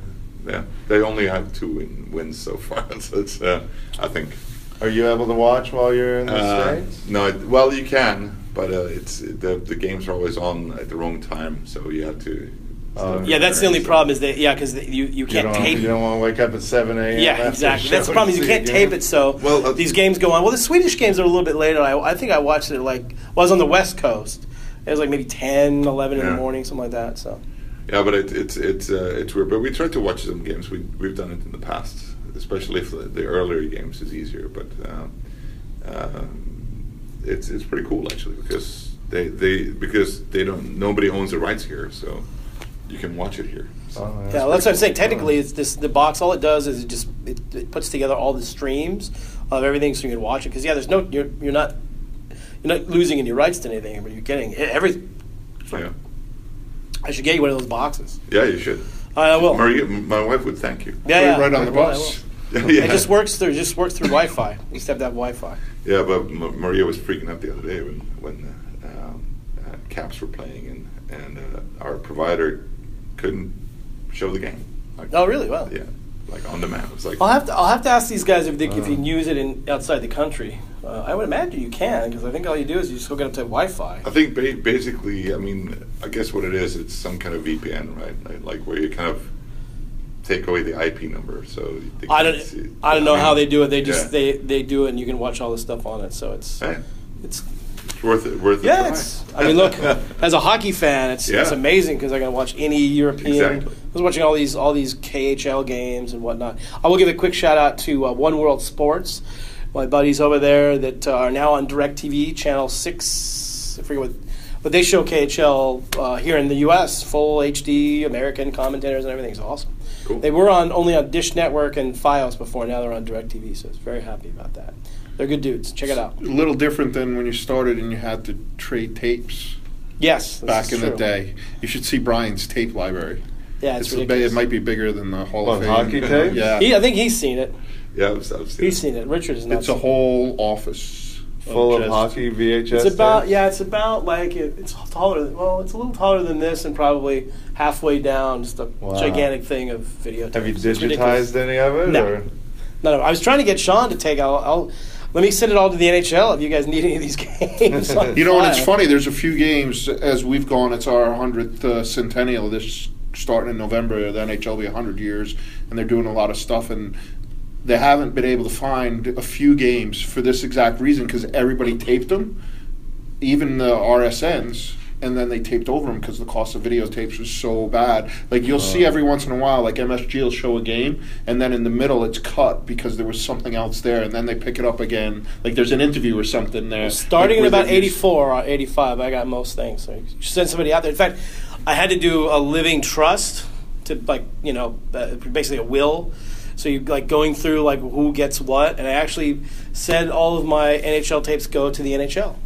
[SPEAKER 3] yeah. They only have two win- wins so far. so it's, uh, I think.
[SPEAKER 4] Are you able to watch while you're in the
[SPEAKER 3] Uh,
[SPEAKER 4] states?
[SPEAKER 3] no, it, well you can, but uh, it's the the games are always on at the wrong time, so you have to.
[SPEAKER 4] Oh,
[SPEAKER 1] Yeah, that's the only problem is that yeah, because you you
[SPEAKER 4] You
[SPEAKER 1] can't
[SPEAKER 4] don't,
[SPEAKER 1] tape.
[SPEAKER 4] you don't want to wake up at 7 a.m.
[SPEAKER 1] Yeah,
[SPEAKER 4] after
[SPEAKER 1] exactly. That's
[SPEAKER 4] show
[SPEAKER 1] the problem is you
[SPEAKER 4] to see
[SPEAKER 1] can't
[SPEAKER 4] a
[SPEAKER 1] tape
[SPEAKER 4] game. Oh,
[SPEAKER 1] it. So
[SPEAKER 3] Well, uh,
[SPEAKER 1] these games go on. Well, the Swedish games are a little bit later. I, I think I watched it like well, I was on the West Coast. It was like maybe 10, 11 in the
[SPEAKER 3] Yeah.
[SPEAKER 1] morning, something like that. So
[SPEAKER 3] Yeah, but it, it's it's uh, it's weird. But we try to watch some games. We we've done it in the past, especially if the, the earlier games is easier. But um, um, it's it's pretty cool actually because they, they because they don't nobody owns the rights here, so you can watch it here. So.
[SPEAKER 4] Oh,
[SPEAKER 1] yeah, well, that's what I'm saying.
[SPEAKER 4] pretty cool.
[SPEAKER 1] Technically, it's this the box. All it does is it just it, it puts together all the streams of everything, so you can watch it. Because yeah, there's no you're you're not you're not losing any rights to anything, but you're getting e- everything.
[SPEAKER 3] Yeah,
[SPEAKER 1] I should get you one of those boxes.
[SPEAKER 3] yeah, you should.
[SPEAKER 1] I will.
[SPEAKER 3] Maria, my wife would thank you.
[SPEAKER 1] Yeah,
[SPEAKER 2] Put it
[SPEAKER 1] yeah.
[SPEAKER 2] right on
[SPEAKER 1] I
[SPEAKER 2] the
[SPEAKER 1] will, I
[SPEAKER 2] bus.
[SPEAKER 1] It just works through it just works through Wi-Fi. You used to have that Wi-Fi.
[SPEAKER 3] Yeah, but M- Maria was freaking out the other day when when uh, um, uh, Caps were playing and and uh, our provider couldn't show the game. Like,
[SPEAKER 1] Oh, really? Wow.
[SPEAKER 3] Yeah, like on demand. It was like
[SPEAKER 1] I'll have to I'll have to ask these guys if they, if
[SPEAKER 3] Uh-huh.
[SPEAKER 1] you can use it in outside the country. Uh, I would imagine you can because I think all you do is you just hook it up to Wi-Fi.
[SPEAKER 3] I think ba- basically, I mean, I guess what it is, it's some kind of VPN, right? Like, like where you kind of take away the IP number, so they
[SPEAKER 1] I
[SPEAKER 3] can't see it.
[SPEAKER 1] don't I don't know
[SPEAKER 3] mean,
[SPEAKER 1] how they do it. They just
[SPEAKER 3] yeah.
[SPEAKER 1] they they do it and you can watch all the stuff on it. So it's
[SPEAKER 3] Hey,
[SPEAKER 1] it's
[SPEAKER 3] it's worth it. Worth
[SPEAKER 1] yeah.
[SPEAKER 3] it.
[SPEAKER 1] It's I mean look as a hockey fan, it's it's
[SPEAKER 3] Yeah.
[SPEAKER 1] amazing because I can watch any European.
[SPEAKER 3] Exactly.
[SPEAKER 1] I was watching all these all these KHL games and whatnot. I will give a quick shout out to uh, One World Sports, my buddies over there that uh, are now on DirecTV Channel Six. I forget what. But they show KHL uh, here in the U.S. full HD American commentators and everything's awesome.
[SPEAKER 3] Cool.
[SPEAKER 1] They were on only on Dish Network and FiOS before. Now they're on DirecTV, so it's very happy about that. They're good dudes. Check it out.
[SPEAKER 2] A little different than when you started and you had to trade tapes
[SPEAKER 1] Yes, this
[SPEAKER 2] back
[SPEAKER 1] is
[SPEAKER 2] in the
[SPEAKER 1] true.
[SPEAKER 2] day. You should see Brian's tape library.
[SPEAKER 1] Yeah, it's,
[SPEAKER 2] It's a, ba-
[SPEAKER 1] ridiculous.
[SPEAKER 2] it might be bigger than the Hall
[SPEAKER 4] What,
[SPEAKER 2] of Fame.
[SPEAKER 4] hockey tapes?
[SPEAKER 2] Yeah.
[SPEAKER 1] He, I think he's seen it.
[SPEAKER 3] Yeah, I've, I've seen
[SPEAKER 1] He's
[SPEAKER 3] it.
[SPEAKER 1] seen it. Richard is not.
[SPEAKER 2] it's a
[SPEAKER 1] seen
[SPEAKER 2] whole office
[SPEAKER 4] Full of
[SPEAKER 2] just-
[SPEAKER 4] hockey
[SPEAKER 1] It.
[SPEAKER 4] VHS.
[SPEAKER 1] It's about
[SPEAKER 2] eh?
[SPEAKER 4] tapes?
[SPEAKER 1] yeah. It's about like it, it's taller. Than, well, it's a little taller than this, and probably halfway down. Just a
[SPEAKER 4] Wow.
[SPEAKER 1] gigantic thing of video.
[SPEAKER 4] Have you
[SPEAKER 1] tapes. It's ridiculous.
[SPEAKER 4] digitized any of it?
[SPEAKER 1] No.
[SPEAKER 4] Or?
[SPEAKER 1] No, no. I was trying to get Sean to take. I'll, I'll let me send it all to the NHL if you guys need any of these games. on
[SPEAKER 2] You know, and it's
[SPEAKER 1] file.
[SPEAKER 2] funny. There's a few games as we've gone. It's our hundredth uh, centennial. This starting in November, the NHL will be hundred years, and they're doing a lot of stuff. And they haven't been able to find a few games for this exact reason because everybody taped them, even the RSNs, and then they taped over them because the cost of videotapes was so bad. Like you'll
[SPEAKER 1] Uh.
[SPEAKER 2] see every once in a while, like MSG will show a game, and then in the middle it's cut because there was something else there, and then they pick it up again. Like there's an interview or something there.
[SPEAKER 1] Starting in
[SPEAKER 2] like, where
[SPEAKER 1] about
[SPEAKER 2] they've used-
[SPEAKER 1] 84 or 85, I got most things. So you send somebody out there. In fact, I had to do a living trust to, like, you know, uh, basically a will. So you like going through like who gets what, and I actually said all of my NHL tapes go to the NHL.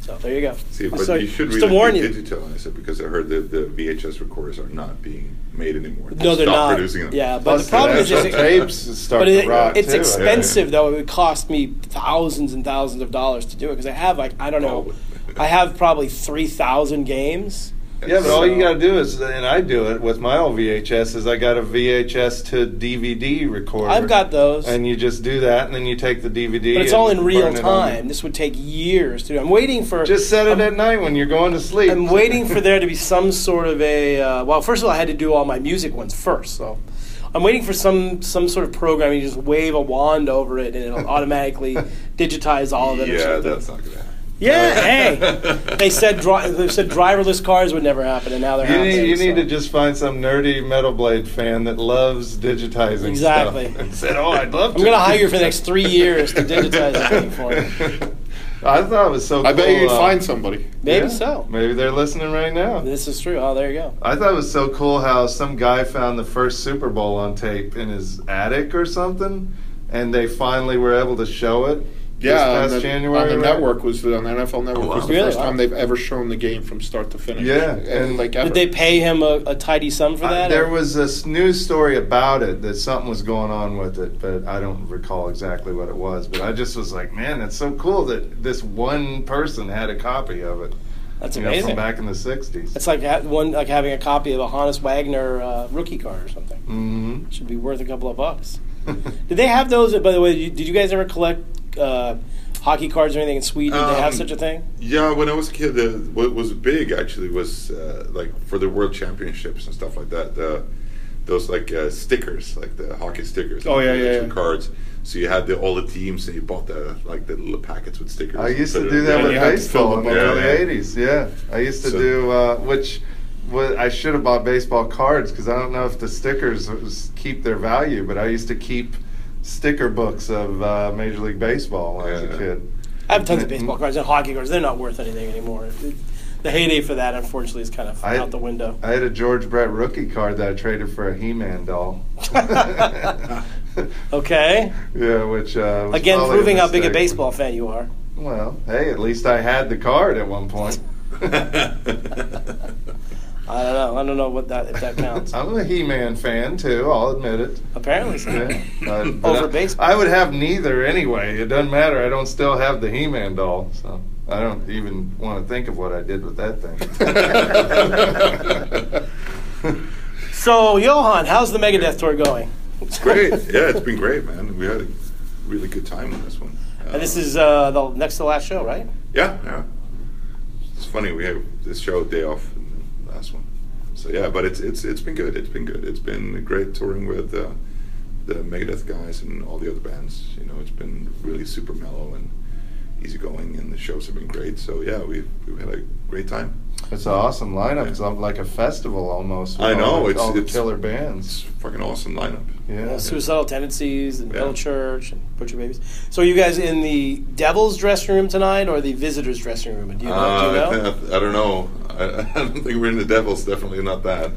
[SPEAKER 1] So there you go.
[SPEAKER 3] See, but
[SPEAKER 1] so
[SPEAKER 3] you should
[SPEAKER 1] just to
[SPEAKER 3] really
[SPEAKER 1] warn you.
[SPEAKER 3] digitalize it because I heard that the VHS recorders are not being made anymore.
[SPEAKER 1] No, they're
[SPEAKER 3] Stop
[SPEAKER 1] not.
[SPEAKER 3] producing them.
[SPEAKER 1] Yeah, but
[SPEAKER 4] Plus
[SPEAKER 1] the problem is, is
[SPEAKER 4] actual
[SPEAKER 1] it,
[SPEAKER 4] tapes start
[SPEAKER 1] but
[SPEAKER 4] to
[SPEAKER 1] it,
[SPEAKER 4] rot
[SPEAKER 1] it's
[SPEAKER 4] too.
[SPEAKER 1] expensive though. It would cost me thousands and thousands of dollars to do it because I have like I don't know,
[SPEAKER 3] Oh.
[SPEAKER 1] I have probably three thousand games.
[SPEAKER 4] Yeah, but all
[SPEAKER 1] So-
[SPEAKER 4] you gotta do is, and I do it with my old VHS, is I got a VHS to DVD recorder.
[SPEAKER 1] I've got those,
[SPEAKER 4] And you just do that, and then you take the DVD.
[SPEAKER 1] but it's
[SPEAKER 4] and
[SPEAKER 1] all in real
[SPEAKER 4] burn it on the-
[SPEAKER 1] time. This would take years to do. I'm waiting for.
[SPEAKER 4] Just set it at night when you're going to sleep.
[SPEAKER 1] I'm waiting for there to be some sort of a. Uh, well, first of all, I had to do all my music ones first, so I'm waiting for some some sort of program. You just wave a wand over it, and it'll automatically digitize all of it. or
[SPEAKER 3] yeah,
[SPEAKER 1] something.
[SPEAKER 3] that's not gonna happen.
[SPEAKER 1] Yeah, hey, they said dri- they said driverless cars would never happen, and now they're
[SPEAKER 4] You
[SPEAKER 1] happening.
[SPEAKER 4] need, you
[SPEAKER 1] so.
[SPEAKER 4] need to just find some nerdy Metal Blade fan that loves digitizing stuff.
[SPEAKER 1] Exactly.
[SPEAKER 4] And said, oh, I'd love to.
[SPEAKER 1] I'm gonna hire you for the next three years to digitize this thing for me.
[SPEAKER 4] I thought it was so
[SPEAKER 2] I bet
[SPEAKER 4] cool,
[SPEAKER 2] you'd
[SPEAKER 4] uh,
[SPEAKER 2] find somebody.
[SPEAKER 1] Maybe
[SPEAKER 4] yeah,
[SPEAKER 1] so.
[SPEAKER 4] Maybe they're listening right now.
[SPEAKER 1] This is true. Oh, there you go.
[SPEAKER 4] I thought it was so cool how some guy found the first Super Bowl on tape in his attic or something, and they finally were able to show it. this
[SPEAKER 2] Yeah,
[SPEAKER 4] past
[SPEAKER 2] on the,
[SPEAKER 4] January.
[SPEAKER 2] on the
[SPEAKER 4] right?
[SPEAKER 2] network was the, on the NFL network
[SPEAKER 3] Oh, wow.
[SPEAKER 2] was the
[SPEAKER 1] Really?
[SPEAKER 2] first time they've ever shown the game from start to finish.
[SPEAKER 4] Yeah,
[SPEAKER 2] and,
[SPEAKER 4] and-
[SPEAKER 2] like ever.
[SPEAKER 1] Did they pay him a, a tidy sum for
[SPEAKER 4] I-
[SPEAKER 1] that?
[SPEAKER 4] there
[SPEAKER 1] or-
[SPEAKER 4] was this news story about it that something was going on with it, but I don't recall exactly what it was. But I just was like, man, it's so cool that this one person had a copy of it.
[SPEAKER 1] that's
[SPEAKER 4] you know,
[SPEAKER 1] amazing.
[SPEAKER 4] from back in the '60s.
[SPEAKER 1] It's like ha- one like having a copy of a Hannes Wagner uh, rookie card or something.
[SPEAKER 4] hmm
[SPEAKER 1] Should be worth a couple of bucks. Did they have those? By the way, you- did you guys ever collect uh, hockey cards or anything in Sweden? Did they have
[SPEAKER 3] Um,
[SPEAKER 1] such a thing?
[SPEAKER 3] Yeah, when I was a kid, the, what was big actually was uh, like for the world championships and stuff like that. The, those like uh, stickers, like the hockey stickers.
[SPEAKER 2] Oh, yeah,
[SPEAKER 3] the
[SPEAKER 2] yeah,
[SPEAKER 3] actual
[SPEAKER 2] yeah.
[SPEAKER 3] Cards. So you had the, all the teams, and you bought the like the little packets with stickers.
[SPEAKER 4] I
[SPEAKER 3] and
[SPEAKER 4] used to
[SPEAKER 3] put it
[SPEAKER 4] do
[SPEAKER 3] in
[SPEAKER 4] that
[SPEAKER 3] there.
[SPEAKER 4] with
[SPEAKER 2] you had to
[SPEAKER 4] baseball in
[SPEAKER 2] fill
[SPEAKER 4] the
[SPEAKER 2] them
[SPEAKER 3] up.
[SPEAKER 4] early
[SPEAKER 3] Yeah, yeah.
[SPEAKER 4] '80s. Yeah, I used to
[SPEAKER 3] So-
[SPEAKER 4] do uh, which. What, I should have bought baseball cards because I don't know if the stickers was, keep their value, but I used to keep sticker books of uh, Major League Baseball when I was a
[SPEAKER 3] Yeah.
[SPEAKER 4] kid.
[SPEAKER 1] I have tons of
[SPEAKER 3] mm-hmm.
[SPEAKER 1] baseball cards and hockey cards. They're not worth anything anymore. The heyday for that, unfortunately, is kind of
[SPEAKER 4] I-
[SPEAKER 1] out the window.
[SPEAKER 4] I had a George Brett rookie card that I traded for a He-Man doll.
[SPEAKER 1] Okay.
[SPEAKER 4] yeah, which uh, was
[SPEAKER 1] Again,
[SPEAKER 4] probably
[SPEAKER 1] proving how
[SPEAKER 4] mistake.
[SPEAKER 1] big a baseball fan you are.
[SPEAKER 4] Well, hey, at least I had the card at one point.
[SPEAKER 1] I I don't know. I don't know what that if that counts.
[SPEAKER 4] I'm a He-Man fan too. I'll admit it.
[SPEAKER 1] Apparently, so.
[SPEAKER 4] Yeah, but- but
[SPEAKER 1] Over
[SPEAKER 4] I-
[SPEAKER 1] baseball.
[SPEAKER 4] I would have neither anyway. It doesn't matter. I don't still have the He-Man doll, so I don't even want to think of what I did with that thing.
[SPEAKER 1] So, Johan, how's the Megadeth tour going?
[SPEAKER 3] It's great. yeah, it's been great, man. We had a really good time with this one. Um,
[SPEAKER 1] And this is uh, the next to last show, right?
[SPEAKER 3] Yeah, yeah. It's funny we have this show day off and then the last one. So yeah, but it's it's it's been good. It's been good. It's been great touring with uh, the Megadeth guys and all the other bands. You know, it's been really super mellow and easygoing, and the shows have been great. So yeah, we've we've had a great time.
[SPEAKER 4] it's an awesome lineup. It's like a festival almost. with
[SPEAKER 3] I know,
[SPEAKER 4] All the,
[SPEAKER 3] it's-
[SPEAKER 4] all the
[SPEAKER 3] it's-
[SPEAKER 4] killer
[SPEAKER 3] It's
[SPEAKER 4] bands.
[SPEAKER 3] fucking awesome lineup.
[SPEAKER 4] Yeah.
[SPEAKER 1] Uh, Suicidal Tendencies and
[SPEAKER 3] Yeah.
[SPEAKER 1] Bill Church and Butcher Babies. So, are you guys in the Devil's dressing room tonight or the Visitor's dressing room? And Do you know? do you
[SPEAKER 3] Uh,
[SPEAKER 1] know?
[SPEAKER 3] I, th- I don't know. I, I don't think we're in the Devils. Definitely not that.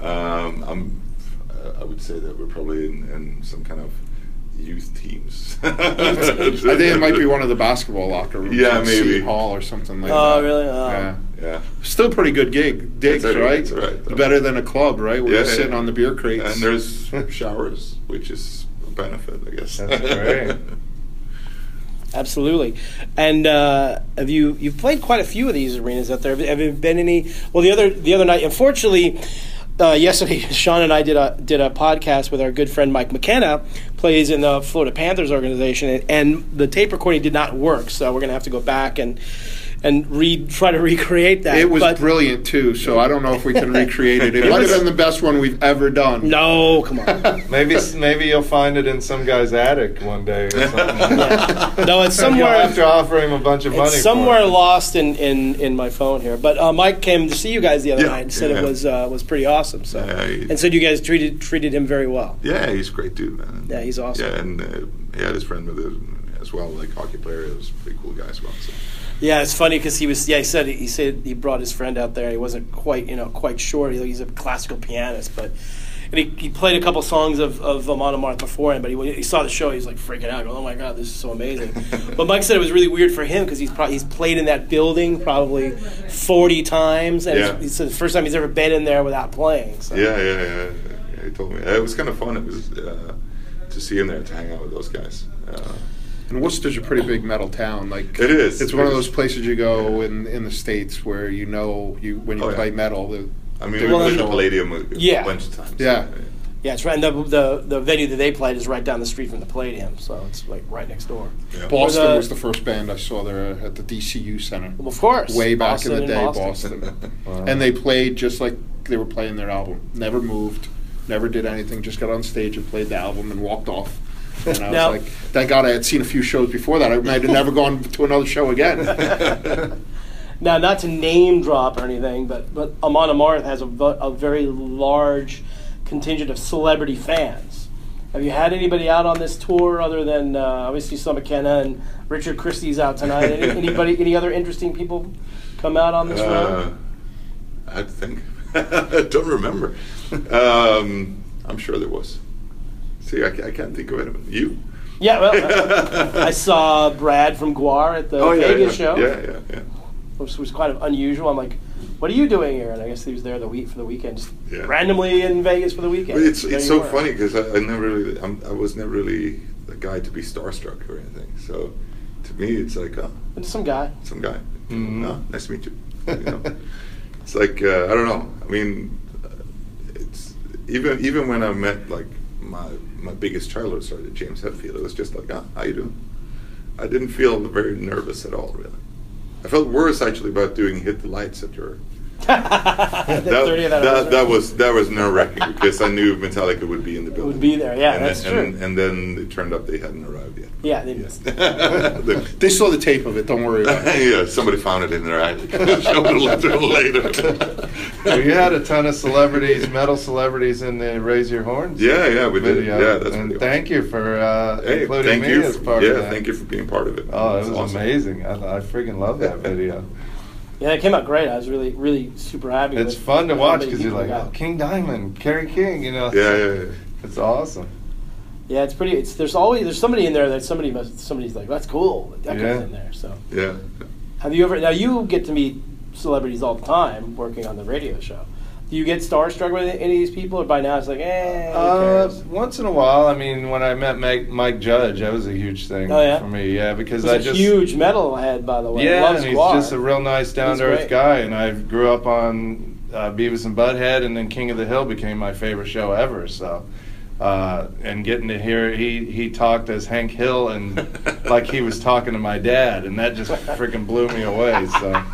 [SPEAKER 3] Um, I'm. uh, I- I would say that we're probably in, in some kind of youth teams.
[SPEAKER 2] I think it might be one of the basketball locker rooms.
[SPEAKER 3] Yeah,
[SPEAKER 2] at
[SPEAKER 3] maybe.
[SPEAKER 2] City Hall or something like
[SPEAKER 1] Oh,
[SPEAKER 2] that.
[SPEAKER 1] really? Oh.
[SPEAKER 2] Yeah.
[SPEAKER 3] Yeah.
[SPEAKER 2] Still pretty good gig. Digs,
[SPEAKER 3] It's all right,
[SPEAKER 2] right?
[SPEAKER 3] it's all right, though.
[SPEAKER 2] Better than a club, right? We're
[SPEAKER 3] Yeah,
[SPEAKER 2] just
[SPEAKER 3] yeah.
[SPEAKER 2] sitting on the beer crates.
[SPEAKER 3] And there's showers, which is a benefit, I guess.
[SPEAKER 4] That's great.
[SPEAKER 1] Absolutely. And uh, have you you've played quite a few of these arenas out there? Have, have you been any? Well, the other the other night, unfortunately. Uh, yesterday, Sean and I did a did a podcast with our good friend Mike McKenna, plays in the Florida Panthers organization, and, and the tape recording did not work. So we're gonna have to go back and and re try to recreate that.
[SPEAKER 2] It was
[SPEAKER 1] But-
[SPEAKER 2] brilliant too, so I don't know if we can recreate it. It, might have been the best one we've ever done.
[SPEAKER 1] No, come on.
[SPEAKER 4] Maybe maybe you'll find it in some guy's attic one day or something.
[SPEAKER 1] No, it's
[SPEAKER 4] You'll
[SPEAKER 1] somewhere.
[SPEAKER 4] have to offer him a bunch of money.
[SPEAKER 1] It's somewhere
[SPEAKER 4] for it.
[SPEAKER 1] lost in, in, in my phone here. But uh, Mike came to see you guys the other
[SPEAKER 3] Yeah,
[SPEAKER 1] night and said
[SPEAKER 3] yeah.
[SPEAKER 1] it was uh, was pretty awesome. So
[SPEAKER 3] Yeah, he-
[SPEAKER 1] and said you guys treated treated him very well.
[SPEAKER 3] Yeah, he's a great dude, man.
[SPEAKER 1] Yeah, he's awesome.
[SPEAKER 3] Yeah, and uh, he had his friend with him as well, like hockey player. He was a pretty cool guy as well. So.
[SPEAKER 1] Yeah, it's funny because he was. Yeah, he said he said he brought his friend out there. He wasn't quite you know quite sure. He, he's a classical pianist, but. And he, he played a couple songs of, of Amon Amarth beforehand, but he, when he saw the show, he was like freaking out, going, oh my God, this is so amazing. but Mike said it was really weird for him because he's, probably he's played in that building probably 40 times, and it's
[SPEAKER 3] Yeah.
[SPEAKER 1] he said the first time he's ever been in there without playing. So.
[SPEAKER 3] Yeah, yeah, yeah, yeah. He told me it was kind of fun. It was uh, to see him there to hang out with those guys. Uh,
[SPEAKER 2] And Worcester's a pretty big metal town. Like
[SPEAKER 3] It is.
[SPEAKER 2] It's one of
[SPEAKER 3] It is.
[SPEAKER 2] those places you go in in the states where you know you when you
[SPEAKER 3] Oh, yeah.
[SPEAKER 2] play metal. the-
[SPEAKER 3] I mean,
[SPEAKER 2] the
[SPEAKER 3] we played the
[SPEAKER 2] show-
[SPEAKER 3] Palladium a
[SPEAKER 1] Yeah.
[SPEAKER 3] bunch of times.
[SPEAKER 2] Yeah.
[SPEAKER 1] Yeah, it's right. And the, the the venue that they played is right down the street from the Palladium, so it's like right next door.
[SPEAKER 3] yeah.
[SPEAKER 2] Boston
[SPEAKER 1] Or the-
[SPEAKER 2] was the first band I saw there at the DCU Center.
[SPEAKER 1] Well, of course,
[SPEAKER 2] Way back
[SPEAKER 1] Boston
[SPEAKER 2] in the
[SPEAKER 1] and
[SPEAKER 2] day,
[SPEAKER 1] Boston.
[SPEAKER 2] Boston.
[SPEAKER 4] Wow.
[SPEAKER 2] And they played just like they were playing their album. Never moved, never did anything, just got on stage and played the album and walked off. And I was
[SPEAKER 1] Now-
[SPEAKER 2] like, thank God I had seen a few shows before that. I might have never gone to another show again.
[SPEAKER 1] Now, not to name drop or anything, but but Amon Amarth has a, vo- a very large contingent of celebrity fans. Have you had anybody out on this tour other than uh, obviously some McKenna and Richard Christie's out tonight? Any, anybody, any other interesting people come out on this
[SPEAKER 3] Uh,
[SPEAKER 1] road?
[SPEAKER 3] I think. I don't remember. Um, I'm sure there was. See, I, ca- I can't think of anyone. You?
[SPEAKER 1] Yeah, well, I saw Brad from Guar at the
[SPEAKER 3] Oh, yeah, yeah,
[SPEAKER 1] Vegas show.
[SPEAKER 3] Yeah, yeah, yeah.
[SPEAKER 1] which was kind of unusual. I'm like, what are you doing here? And I guess he was there the week for the weekend, just
[SPEAKER 3] Yeah.
[SPEAKER 1] randomly in Vegas for the weekend.
[SPEAKER 3] But it's
[SPEAKER 1] There
[SPEAKER 3] it's
[SPEAKER 1] you
[SPEAKER 3] so
[SPEAKER 1] were.
[SPEAKER 3] funny because I, I never really I'm, I was never really a guy to be starstruck or anything. So to me, it's like oh,
[SPEAKER 1] And some guy.
[SPEAKER 3] some guy.
[SPEAKER 4] Mhm.
[SPEAKER 3] No, nice to meet you. you know? it's like uh, I don't know. I mean, uh, it's even even when I met like my my biggest childhood star, James Hetfield, it was just like, ah, how you doing? I didn't feel very nervous at all, really. I felt worse actually about doing hit the lights at your.
[SPEAKER 1] that,
[SPEAKER 3] That,
[SPEAKER 1] 30 of
[SPEAKER 3] that,
[SPEAKER 1] that,
[SPEAKER 3] that, was that was nerve wracking because I knew Metallica would be in the building.
[SPEAKER 1] would be there, yeah,
[SPEAKER 3] and
[SPEAKER 1] that's
[SPEAKER 3] then, And,
[SPEAKER 1] true.
[SPEAKER 3] and then it turned up they hadn't arrived yet.
[SPEAKER 1] Yeah, they
[SPEAKER 3] Yes.
[SPEAKER 1] missed.
[SPEAKER 3] The-
[SPEAKER 2] they saw the tape of it, don't worry about it.
[SPEAKER 3] yeah, somebody found it in their attic. I would have left it later.
[SPEAKER 4] So you had a ton of celebrities, metal celebrities, in the Raise Your Horns
[SPEAKER 3] yeah, yeah, we did.
[SPEAKER 4] video.
[SPEAKER 3] Yeah, that's
[SPEAKER 4] and
[SPEAKER 3] pretty
[SPEAKER 4] thank you for uh,
[SPEAKER 3] awesome. Hey,
[SPEAKER 4] including
[SPEAKER 3] thank
[SPEAKER 4] me
[SPEAKER 3] you.
[SPEAKER 4] as
[SPEAKER 3] for-
[SPEAKER 4] part
[SPEAKER 3] yeah,
[SPEAKER 4] of that.
[SPEAKER 3] thank you for being part of it.
[SPEAKER 4] Oh, it
[SPEAKER 3] It's
[SPEAKER 4] was
[SPEAKER 3] awesome.
[SPEAKER 4] amazing. I, I freaking love that video.
[SPEAKER 1] Yeah, it came out great. I was really, really super happy.
[SPEAKER 4] It's
[SPEAKER 1] with
[SPEAKER 4] fun to
[SPEAKER 1] how
[SPEAKER 4] watch
[SPEAKER 1] many
[SPEAKER 4] because you're
[SPEAKER 1] people
[SPEAKER 4] like,
[SPEAKER 1] got.
[SPEAKER 4] oh, King Diamond, Kerry King, you know.
[SPEAKER 3] Yeah, yeah, yeah.
[SPEAKER 4] It's awesome.
[SPEAKER 1] yeah, it's pretty. It's there's always there's somebody in there that somebody must somebody's like, that's cool. That guy's
[SPEAKER 4] Yeah.
[SPEAKER 1] in there. So
[SPEAKER 3] yeah.
[SPEAKER 1] have you ever? Now you get to meet celebrities all the time working on the radio show. Do you get starstruck with any of these people, or by now it's like, eh? who
[SPEAKER 4] Uh,
[SPEAKER 1] cares?
[SPEAKER 4] once in a while, I mean, when I met Mike, Mike Judge, that was a huge thing
[SPEAKER 1] Oh, yeah?
[SPEAKER 4] for me. Yeah, because
[SPEAKER 1] He's a
[SPEAKER 4] I just
[SPEAKER 1] huge metalhead, by the way.
[SPEAKER 4] yeah,
[SPEAKER 1] Loves
[SPEAKER 4] and he's
[SPEAKER 1] Guar.
[SPEAKER 4] just a real nice, down to
[SPEAKER 1] great.
[SPEAKER 4] earth guy. And I grew up on uh, Beavis and Butthead, and then King of the Hill became my favorite show ever. So, uh, and getting to hear he he talked as Hank Hill and like he was talking to my dad, and that just freaking blew me away. So.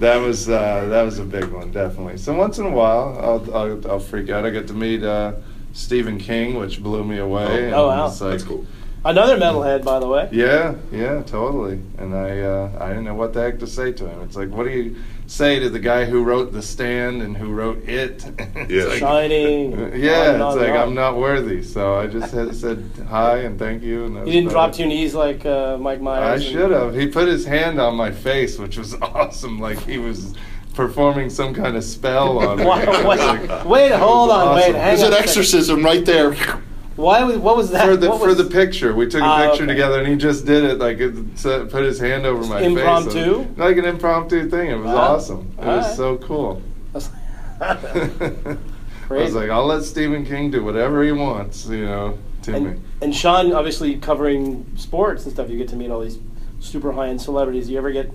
[SPEAKER 4] That was uh, that was a big one, definitely. So once in a while, I'll I'll, I'll freak out. I got to meet uh, Stephen King, which blew me away. and
[SPEAKER 1] Oh, wow.
[SPEAKER 4] it's like-
[SPEAKER 3] That's cool.
[SPEAKER 1] Another metalhead, by the way.
[SPEAKER 4] yeah, yeah, totally. And I, uh, I didn't know what the heck to say to him. It's like, what do you say to the guy who wrote The Stand and who wrote It? It's
[SPEAKER 3] Yeah.
[SPEAKER 4] like-
[SPEAKER 1] Shining.
[SPEAKER 4] Uh,
[SPEAKER 1] on
[SPEAKER 4] yeah,
[SPEAKER 1] and
[SPEAKER 4] it's
[SPEAKER 1] on and
[SPEAKER 4] like
[SPEAKER 1] on.
[SPEAKER 4] I'm not worthy. So I just had, said hi and thank you. And that
[SPEAKER 1] You
[SPEAKER 4] was
[SPEAKER 1] didn't
[SPEAKER 4] about
[SPEAKER 1] drop
[SPEAKER 4] it.
[SPEAKER 1] to your knees like uh, Mike
[SPEAKER 4] I
[SPEAKER 1] Myers. and-
[SPEAKER 4] should have. He put his hand on my face, which was awesome. Like he was performing some kind of spell on me.
[SPEAKER 1] Wow, wait,
[SPEAKER 4] Like,
[SPEAKER 1] wait, hold on,
[SPEAKER 4] awesome.
[SPEAKER 1] wait, hang
[SPEAKER 2] There's
[SPEAKER 1] on.
[SPEAKER 2] an
[SPEAKER 1] a second.
[SPEAKER 2] exorcism right there.
[SPEAKER 1] Why was what was that?
[SPEAKER 4] for the
[SPEAKER 1] What
[SPEAKER 4] for
[SPEAKER 1] was-
[SPEAKER 4] the picture. We took a
[SPEAKER 1] Ah,
[SPEAKER 4] picture
[SPEAKER 1] okay.
[SPEAKER 4] together, and he just did it like it, so- put his hand over my face.
[SPEAKER 1] Impromptu?
[SPEAKER 4] and- like an impromptu thing. It was
[SPEAKER 1] Wow.
[SPEAKER 4] awesome. It
[SPEAKER 1] All
[SPEAKER 4] was
[SPEAKER 1] right.
[SPEAKER 4] so cool. I
[SPEAKER 1] Crazy.
[SPEAKER 4] was like, I'll let Stephen King do whatever he wants, you know, to me.
[SPEAKER 1] and, and Sean, obviously covering sports and stuff, you get to meet all these super high end celebrities. You ever get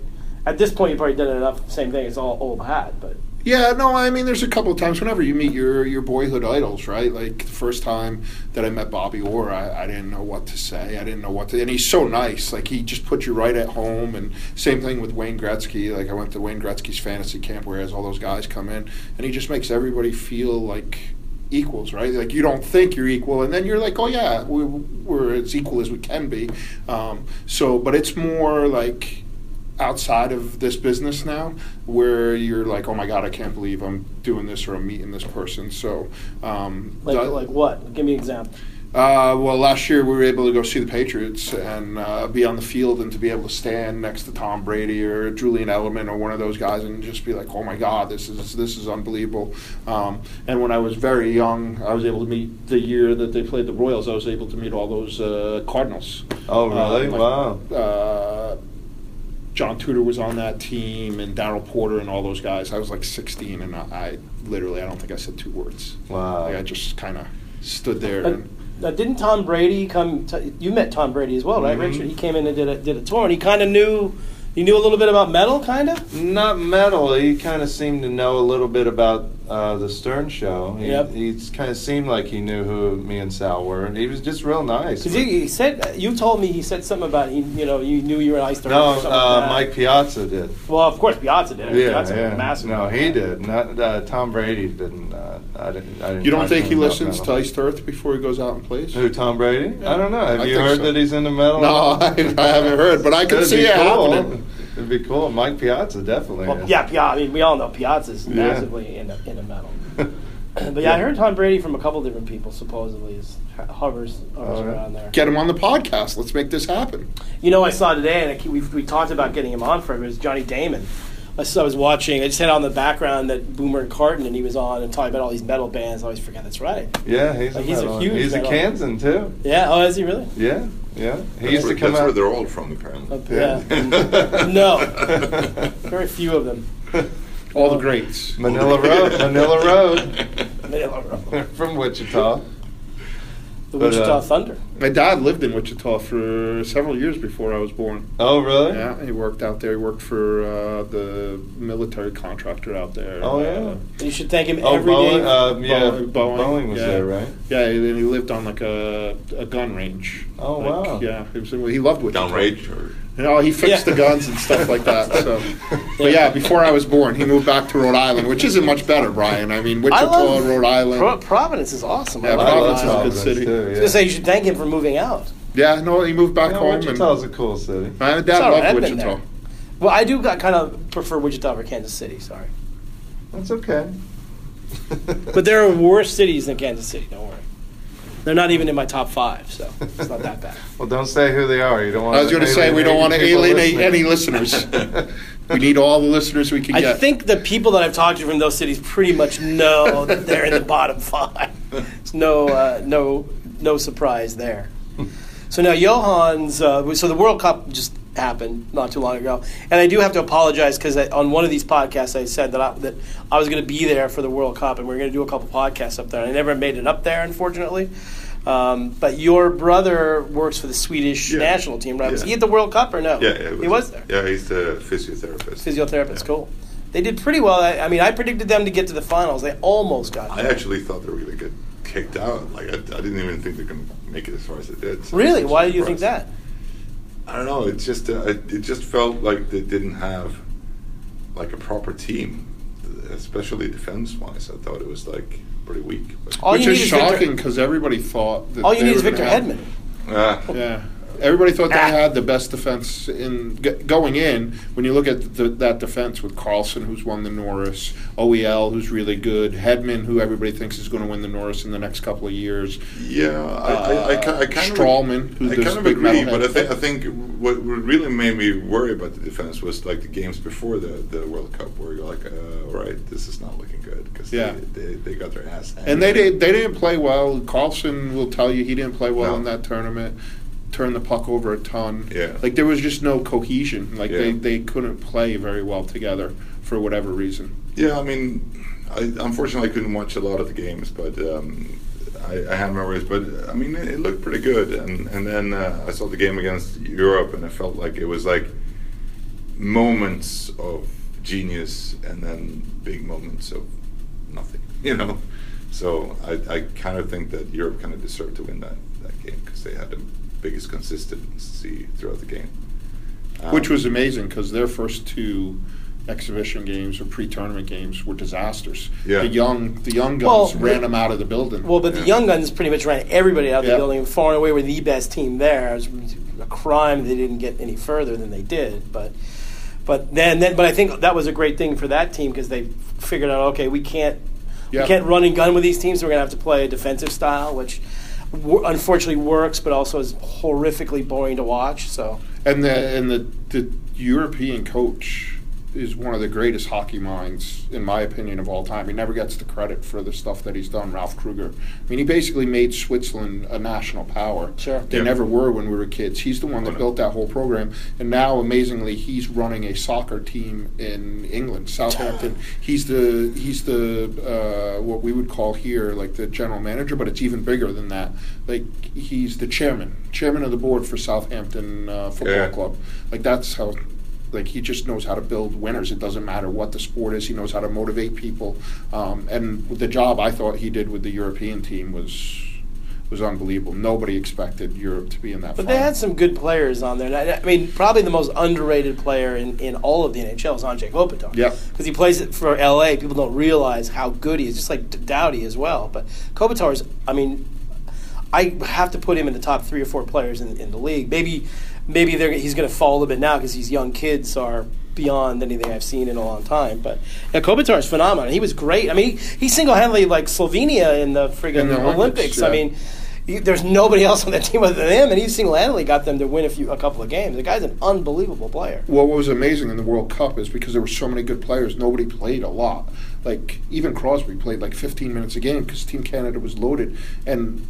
[SPEAKER 1] at this point, you've probably done it enough. Same thing. It's all old hat, but
[SPEAKER 2] Yeah, no, I mean, there's a couple of times whenever you meet your, your boyhood idols, right? Like the first time that I met Bobby Orr, I, I didn't know what to say. I didn't know what to, and he's so nice. Like he just put you right at home. And same thing with Wayne Gretzky. Like I went to Wayne Gretzky's fantasy camp where he has all those guys come in, and he just makes everybody feel like equals, right? Like you don't think you're equal, and then you're like, oh yeah, we, we're as equal as we can be. Um, so, but it's more like outside of this business now where you're like oh my god i can't believe i'm doing this or i'm meeting this person so um,
[SPEAKER 1] like
[SPEAKER 2] the-
[SPEAKER 1] like what? Give me an example.
[SPEAKER 2] uh, well last year we were able to go see the patriots and uh, be on the field and to be able to stand next to tom brady or julian element or one of those guys and just be like oh my god this is this is unbelievable um, and when i was very young i was able to meet the year that they played the royals i was able to meet all those uh, cardinals
[SPEAKER 4] Oh,
[SPEAKER 2] uh,
[SPEAKER 4] really?
[SPEAKER 2] like,
[SPEAKER 4] wow.
[SPEAKER 2] uh, John Tudor was on that team, and Daryl Porter, and all those guys. I was like 16, and I, I literally, I don't think I said two words.
[SPEAKER 4] Wow.
[SPEAKER 2] Like I just kind of stood there.
[SPEAKER 1] But-
[SPEAKER 2] And,
[SPEAKER 1] Now, didn't Tom Brady come? T- you met Tom Brady as well, right,
[SPEAKER 4] Mhm.
[SPEAKER 1] Richard? He came in and did a did a tour, and he kind of knew. He knew a little bit about metal, kind of.
[SPEAKER 4] Not metal. He kind of seemed to know a little bit about uh, the Stern Show. He,
[SPEAKER 1] Yep.
[SPEAKER 4] He kind of seemed like he knew who me and Sal were, and he was just real nice.
[SPEAKER 1] Because he, he said, you e- told me he said something about he, you know, you knew you were an ice
[SPEAKER 4] no,
[SPEAKER 1] or something
[SPEAKER 4] uh,
[SPEAKER 1] like that.
[SPEAKER 4] Mike Piazza did.
[SPEAKER 1] Well, of course, Piazza did.
[SPEAKER 4] Yeah,
[SPEAKER 1] Piazza was
[SPEAKER 4] yeah.
[SPEAKER 1] massive.
[SPEAKER 4] No, he did. Not uh, Tom Brady didn't. Uh, I didn't. I didn't
[SPEAKER 2] you don't
[SPEAKER 4] talk
[SPEAKER 2] think
[SPEAKER 4] him
[SPEAKER 2] he
[SPEAKER 4] about
[SPEAKER 2] listens to
[SPEAKER 4] metal.
[SPEAKER 2] Iced Earth before he goes out and plays?
[SPEAKER 4] Who Tom Brady? I don't know. Have
[SPEAKER 2] I
[SPEAKER 4] you
[SPEAKER 2] think
[SPEAKER 4] heard
[SPEAKER 2] so.
[SPEAKER 4] that he's into metal?
[SPEAKER 2] No, I, I haven't heard, but I can
[SPEAKER 4] It'd
[SPEAKER 2] see
[SPEAKER 4] be
[SPEAKER 2] it
[SPEAKER 4] cool.
[SPEAKER 2] happening.
[SPEAKER 4] It'd be cool. Mike Piazza definitely.
[SPEAKER 1] Well,
[SPEAKER 4] is.
[SPEAKER 1] yeah, Pia, I mean, we all know Piazza's
[SPEAKER 4] Yeah.
[SPEAKER 1] massively in into metal. but yeah, I heard Tom Brady from a couple different people, supposedly, is hovers, hovers
[SPEAKER 4] Oh, yeah.
[SPEAKER 1] around there.
[SPEAKER 2] Get him on the podcast. Let's make this happen.
[SPEAKER 1] You know, I saw today, and I, keep- we, we talked about getting him on for it, was Johnny Damon. I, saw, I was watching, I just had on the background that Boomer and Carton, and he was on and talking about all these metal bands. I always forget that's right.
[SPEAKER 4] yeah, he's a,
[SPEAKER 1] Like, he's a
[SPEAKER 4] metal-
[SPEAKER 1] huge
[SPEAKER 4] He's a
[SPEAKER 1] metal-
[SPEAKER 4] Kansan too.
[SPEAKER 1] Yeah, oh, is he really?
[SPEAKER 4] Yeah, yeah. He
[SPEAKER 3] That's
[SPEAKER 4] used
[SPEAKER 3] where,
[SPEAKER 4] to come
[SPEAKER 3] that's where
[SPEAKER 4] out.
[SPEAKER 3] they're all from, apparently.
[SPEAKER 1] Oh, Yeah. no, very few of them.
[SPEAKER 2] All the greats.
[SPEAKER 4] Manila Road. Manila Road.
[SPEAKER 1] The
[SPEAKER 4] They're from Wichita.
[SPEAKER 1] Wichita
[SPEAKER 4] uh,
[SPEAKER 1] Thunder.
[SPEAKER 2] My dad lived in Wichita for several years before I was born.
[SPEAKER 4] Oh, really?
[SPEAKER 2] Yeah, he worked out there. He worked for uh, the military contractor out there.
[SPEAKER 4] Oh,
[SPEAKER 2] Uh,
[SPEAKER 4] yeah.
[SPEAKER 1] You should thank him
[SPEAKER 4] Oh,
[SPEAKER 1] every day.
[SPEAKER 4] Boeing, uh, yeah,
[SPEAKER 2] Boeing-
[SPEAKER 4] Boeing,
[SPEAKER 2] Boeing,
[SPEAKER 4] was
[SPEAKER 2] yeah.
[SPEAKER 4] there, right?
[SPEAKER 2] Yeah, and then he lived on like a, a gun range.
[SPEAKER 4] Oh,
[SPEAKER 2] Like,
[SPEAKER 4] wow.
[SPEAKER 2] Yeah, he, was, he loved Wichita.
[SPEAKER 3] Downrage or
[SPEAKER 2] You know, Oh, he fixed
[SPEAKER 1] Yeah.
[SPEAKER 2] the guns and stuff like that. So, but yeah, before I was born, he moved back to Rhode Island, which isn't much better, Brian. I mean, Wichita,
[SPEAKER 1] love-
[SPEAKER 2] Rhode Island.
[SPEAKER 1] Pro- Providence is awesome.
[SPEAKER 2] Yeah,
[SPEAKER 1] I love
[SPEAKER 2] Providence is a
[SPEAKER 1] Providence.
[SPEAKER 2] good city.
[SPEAKER 4] too,
[SPEAKER 1] I
[SPEAKER 4] yeah.
[SPEAKER 1] was gonna say you should thank him for moving out.
[SPEAKER 2] yeah, no, he moved back
[SPEAKER 4] Yeah,
[SPEAKER 2] home.
[SPEAKER 4] Wichita's
[SPEAKER 2] and
[SPEAKER 4] a cool city.
[SPEAKER 2] my
[SPEAKER 1] It's
[SPEAKER 2] dad
[SPEAKER 1] all right,
[SPEAKER 2] loved
[SPEAKER 1] I've been
[SPEAKER 2] Wichita.
[SPEAKER 1] there. Well, I do got, kind of prefer Wichita over Kansas City. Sorry,
[SPEAKER 4] That's okay.
[SPEAKER 1] but there are worse cities than Kansas City. Don't worry, they're not even in my top five, so it's not that bad.
[SPEAKER 4] well, don't say who they are. You don't want.
[SPEAKER 2] I was going to say we don't want to alienate any listeners. we need all the listeners we can
[SPEAKER 1] I
[SPEAKER 2] get.
[SPEAKER 1] think the people that I've talked to from those cities pretty much know that they're in the bottom five. It's no, uh, no, no surprise there. So now Johans, uh, so the World Cup just happened not too long ago. And I do have to apologize because on one of these podcasts I said that I, that I was going to be there for the World Cup and we are going to do a couple podcasts up there. I never made it up there, unfortunately. Um, but your brother works for the Swedish
[SPEAKER 3] Yeah.
[SPEAKER 1] national team, right? Was
[SPEAKER 3] Yeah.
[SPEAKER 1] he at the World Cup or no?
[SPEAKER 3] Yeah, yeah,
[SPEAKER 1] he was there.
[SPEAKER 3] Yeah, he's the physiotherapist.
[SPEAKER 1] Physiotherapist,
[SPEAKER 3] Yeah.
[SPEAKER 1] cool. They did pretty well. I, I mean, I predicted them to get to the finals. They almost got
[SPEAKER 3] I
[SPEAKER 1] there.
[SPEAKER 3] actually thought they were going to get kicked out. Like I, I didn't even think they're going to make it as far as they did. So
[SPEAKER 1] Really?
[SPEAKER 3] I'm
[SPEAKER 1] Why do you think
[SPEAKER 3] surprised.
[SPEAKER 1] that?
[SPEAKER 3] I don't know. It just uh, it it just felt like they didn't have like a proper team, especially defense wise. I thought it was like pretty weak. But,
[SPEAKER 1] All
[SPEAKER 2] Which
[SPEAKER 1] you
[SPEAKER 2] is
[SPEAKER 1] need is Victor-
[SPEAKER 2] shocking because everybody thought that
[SPEAKER 1] All you
[SPEAKER 2] they
[SPEAKER 1] need is
[SPEAKER 2] were
[SPEAKER 1] Victor
[SPEAKER 2] gonna have-
[SPEAKER 1] Hedman.
[SPEAKER 3] Ah,
[SPEAKER 2] Yeah. Everybody thought they had the best defense in g- going in. When you look at the, that defense with Carlson, who's won the Norris, OEL, who's really good, Hedman, who everybody thinks is going to win the Norris in the next couple of years.
[SPEAKER 3] Yeah, I, I, I, ki- I kind
[SPEAKER 2] Uh, Strawman,
[SPEAKER 3] of
[SPEAKER 2] who's
[SPEAKER 3] I
[SPEAKER 2] this
[SPEAKER 3] kind of
[SPEAKER 2] big
[SPEAKER 3] agree,
[SPEAKER 2] metalhead.
[SPEAKER 3] but I think I think what what really made me worry about the defense was like the games before the, the World Cup, where you're like, uh, all right, this is not looking good because
[SPEAKER 2] Yeah.
[SPEAKER 3] they, they, they got their ass.
[SPEAKER 2] And they did. They didn't play well. Carlson will tell you he didn't play well
[SPEAKER 3] No.
[SPEAKER 2] in that tournament. Turned the puck over a ton.
[SPEAKER 3] Yeah.
[SPEAKER 2] Like there was just no cohesion. Like they,
[SPEAKER 3] Yeah.
[SPEAKER 2] they couldn't play very well together for whatever reason.
[SPEAKER 3] Yeah, I mean, I, unfortunately, I couldn't watch a lot of the games, but um, I, I had memories. But I mean, it, it looked pretty good. And and then uh, I saw the game against Europe, and I felt like it was like moments of genius, and then big moments of nothing. You know, so I, I kind of think that Europe kind of deserved to win that that game because they had the biggest consistency throughout the game, Um,
[SPEAKER 2] Which was amazing because their first two exhibition games or pre-tournament games were disasters.
[SPEAKER 3] Yeah.
[SPEAKER 2] The young the young
[SPEAKER 1] Well,
[SPEAKER 2] guns ran
[SPEAKER 1] the-
[SPEAKER 2] them out of the building.
[SPEAKER 1] Well, but the
[SPEAKER 3] Yeah.
[SPEAKER 1] Young Guns pretty much ran everybody out of the
[SPEAKER 2] Yeah.
[SPEAKER 1] building. Far and away were the best team there. It was a crime they didn't get any further than they did. But but then, then but I think that was a great thing for that team because they figured out okay we can't
[SPEAKER 2] Yeah.
[SPEAKER 1] we can't run and gun with these teams. So we're gonna have to play a defensive style, which w- unfortunately works, but also is horrifically boring to watch. So
[SPEAKER 2] and the and the, the European coach is one of the greatest hockey minds in my opinion of all time. He never gets the credit for the stuff that he's done. Ralph Kruger. I mean, he basically made Switzerland a national power.
[SPEAKER 1] Sure.
[SPEAKER 2] They
[SPEAKER 3] Yeah.
[SPEAKER 2] never were when we were kids. He's the one that built that whole program, and now amazingly, he's running a soccer team in England, Southampton. He's the he's the uh, what we would call here like the general manager, but it's even bigger than that. Like he's the chairman, chairman of the board for Southampton uh, Football
[SPEAKER 3] Yeah.
[SPEAKER 2] Club. Like that's how. Like he just knows how to build winners. It doesn't matter what the sport is. He knows how to motivate people. Um, and the job I thought he did with the European team was was unbelievable. Nobody expected Europe to be in that.
[SPEAKER 1] But
[SPEAKER 2] final.
[SPEAKER 1] they had some good players on there. And I, I mean, probably the most underrated player in, in all of the NHL is Andre Kopitar.
[SPEAKER 2] Yep.
[SPEAKER 1] Because he plays it for LA. People don't realize how good he is, just like D- Dowdy as well. But Kopitar is, I mean, I have to put him in the top three or four players in, in the league. Maybe maybe they're, he's going to fall a little bit now because these young kids are beyond anything I've seen in a long time. But yeah, Kopitar is phenomenal. He was great. I mean, he, he single-handedly like Slovenia in the friggin'
[SPEAKER 2] In the
[SPEAKER 1] Olympics.
[SPEAKER 2] Olympics,
[SPEAKER 1] I
[SPEAKER 2] yeah.
[SPEAKER 1] mean, you- there's nobody else on that team other than him, and he single-handedly got them to win a few, a couple of games. The guy's an unbelievable player.
[SPEAKER 2] Well, what was amazing in the World Cup is because there were so many good players, nobody played a lot. Like even Crosby played like 15 minutes a game because Team Canada was loaded, and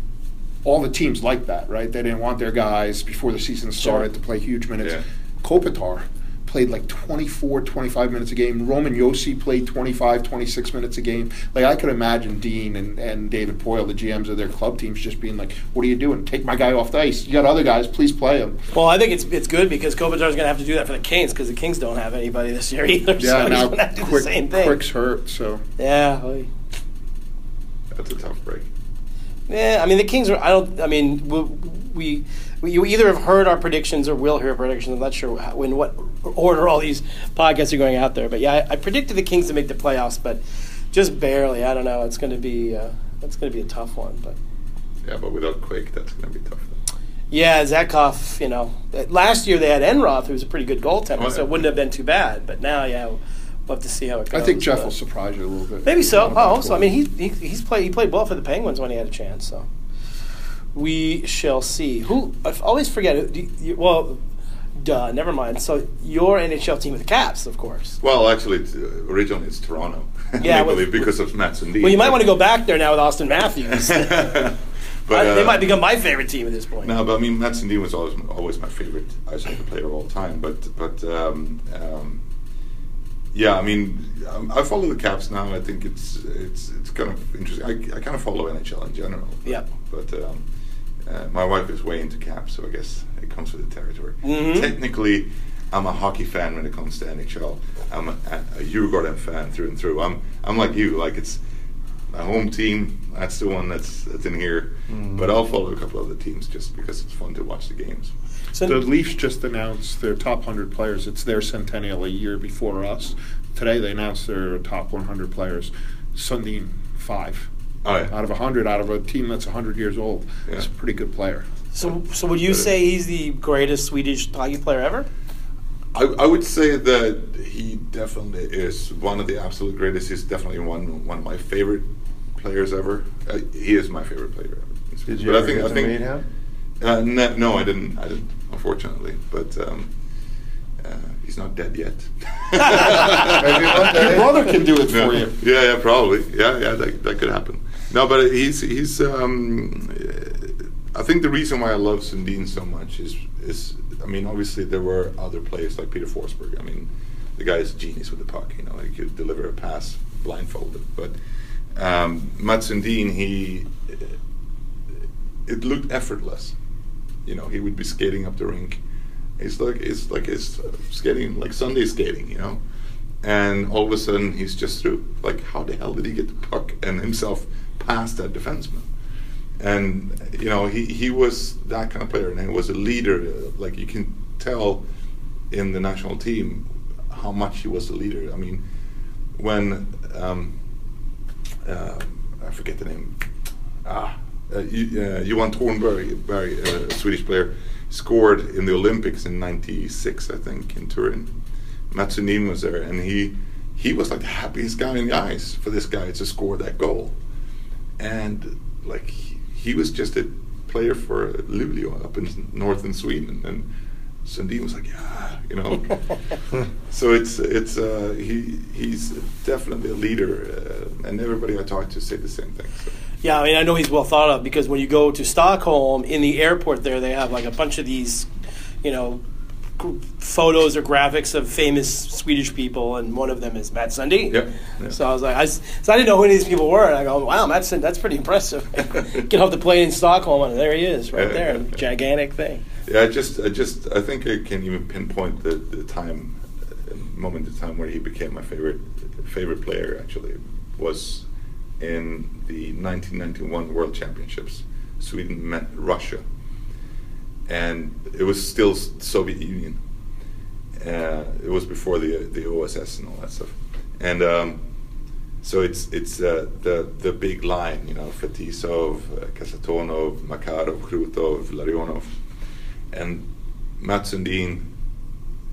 [SPEAKER 2] all the teams like that, right? They didn't want their guys before the season started to play huge minutes.
[SPEAKER 3] Yeah.
[SPEAKER 2] Kopitar played like 24, 25 minutes a game. Roman Yossi played 25, 26 minutes a game. Like I could imagine Dean and, and David Poyle, the GMs of their club teams, just being like, "What are you doing? Take my guy off the ice. You got other guys. Please play him."
[SPEAKER 1] Well, I think it's it's good because Kopitar's going to have to do that for the Kings because the Kings don't have anybody this year either. so he's going to have to do
[SPEAKER 2] quick,
[SPEAKER 1] the same thing.
[SPEAKER 2] Quick's hurt, so
[SPEAKER 1] Yeah. well,
[SPEAKER 3] that's a tough break.
[SPEAKER 1] Yeah, I mean the Kings are. I don't. I mean we, we, we you either have heard our predictions or will hear our predictions. I'm not sure how, in what order all these podcasts are going out there, but yeah, I, I predicted the Kings to make the playoffs, but just barely. I don't know. It's going to be uh, it's going to be a tough one, but
[SPEAKER 3] Yeah, but without Quake, that's going to be tough. Though.
[SPEAKER 1] yeah, Zakoff. You know, uh, last year they had Enroth, who was a pretty good goaltender,
[SPEAKER 3] Oh, yeah.
[SPEAKER 1] so it wouldn't have been too bad. But now, yeah, we'll we'll have to see how it
[SPEAKER 2] I
[SPEAKER 1] goes.
[SPEAKER 2] think Jeff will
[SPEAKER 1] but-
[SPEAKER 2] surprise you a little
[SPEAKER 1] uh,
[SPEAKER 2] bit.
[SPEAKER 1] Maybe so.
[SPEAKER 2] Not
[SPEAKER 1] Oh,
[SPEAKER 2] bad
[SPEAKER 1] also, I
[SPEAKER 2] goal.
[SPEAKER 1] mean, he, he he's played he played well for the Penguins when he had a chance. So we shall see. Who I f- always forget. who- Do you, you- well, duh, never mind. So your NHL team with the Caps, of course.
[SPEAKER 3] Well, actually, it's, uh, originally it's Toronto.
[SPEAKER 1] Yeah,
[SPEAKER 3] legally,
[SPEAKER 1] well-
[SPEAKER 3] because of Matt Sundin.
[SPEAKER 1] Well, you might want to go back there now with Austin Matthews.
[SPEAKER 3] But,
[SPEAKER 1] I, they
[SPEAKER 3] uh,
[SPEAKER 1] might become my favorite team at this point.
[SPEAKER 3] No, but I mean, Matt Sundin was always always my favorite ice hockey player of all time. But but um, um, yeah, I mean, um, I follow the Caps now. I think it's it's it's kind of interesting. I, I kind of follow NHL in general.
[SPEAKER 1] Yeah.
[SPEAKER 3] But um, uh, my wife is way into Caps, so I guess it comes with the territory.
[SPEAKER 1] Mhm.
[SPEAKER 3] Technically, I'm a hockey fan when it comes to NHL. I'm a, a Djurgården fan through and through. I'm I'm like you. Like it's my home team. That's the one that's that's in here.
[SPEAKER 4] Mm.
[SPEAKER 3] But I'll follow a couple other teams just because it's fun to watch the games.
[SPEAKER 1] So-
[SPEAKER 2] The Leafs just announced their top 100 players. It's their centennial a year before us. Today they announced their top 100 players. Sundin, five.
[SPEAKER 3] Oh
[SPEAKER 2] Out of 100, out of a team that's 100 years old.
[SPEAKER 3] Yeah.
[SPEAKER 2] It's a pretty good player.
[SPEAKER 1] So, so would you say he's the greatest Swedish hockey player ever?
[SPEAKER 3] I, I would say that he definitely is one of the absolute greatest. He's definitely one one of my favorite players ever. Uh, he is my favorite player ever.
[SPEAKER 4] Did you ever get to meet him?
[SPEAKER 3] Uh, no, no, I didn't. I didn't, unfortunately. But um, uh, he's not dead yet.
[SPEAKER 4] Maybe one day.
[SPEAKER 2] Your brother can do it
[SPEAKER 3] Yeah.
[SPEAKER 2] for you.
[SPEAKER 3] Yeah, yeah, probably. Yeah, yeah, that, that could happen. No, but he's he's. Um, uh, I think the reason why I love Sundin so much is is I mean obviously there were other players like Peter Forsberg. I mean, the guy is a genius with the puck. You know, he could deliver a pass blindfolded. But um, Mats Sundin, he uh, it looked effortless. You know, he would be skating up the rink. It's like it's like it's uh, skating like Sunday skating. You know and all of a sudden he's just through. Like, how the hell did he get the puck and himself past that defenseman? And you know, he he was that kind of player, and he was a leader. Uh, Like you can tell in the national team how much he was a leader. I mean, when um, uh, I forget the name, ah, uh, Ju- uh, Johan Tornberg, very uh, Swedish player, scored in the Olympics in '96, I think, in Turin. Matsunin was there, and he he was like the happiest guy in the ice for this guy to score that goal, and like he, he was just a player for Luleå up in northern Sweden, and Sundin was like, yeah, you know. so it's it's uh, he he's definitely a leader, uh, and everybody I talk to say the same thing. So.
[SPEAKER 1] Yeah, I mean, I know he's well thought of because when you go to Stockholm, in the airport there, they have like a bunch of these, you know, g- photos or graphics of famous Swedish people, and one of them is Matt Sundin.
[SPEAKER 3] Yep, yeah.
[SPEAKER 1] So I was like, I, s- so I didn't know who any of these people were, and I go, wow, Matt Sundin, that's pretty impressive. Get off the plane in Stockholm, and there he is, right
[SPEAKER 3] Yeah,
[SPEAKER 1] there,
[SPEAKER 3] yeah, yeah.
[SPEAKER 1] gigantic thing.
[SPEAKER 3] Yeah, I just, I just, I think I can even pinpoint the, the time, uh, moment in time where he became my favorite, favorite player. Actually, was in the 1991 World Championships. Sweden met Russia, and it was still S- Soviet Union. Uh, it was before the the OSS and all that stuff, and. Um, so it's it's uh, the the big line, you know, Fetisov, uh, Kasatonov, Makarov, Krutov, Larionov, and Matsundin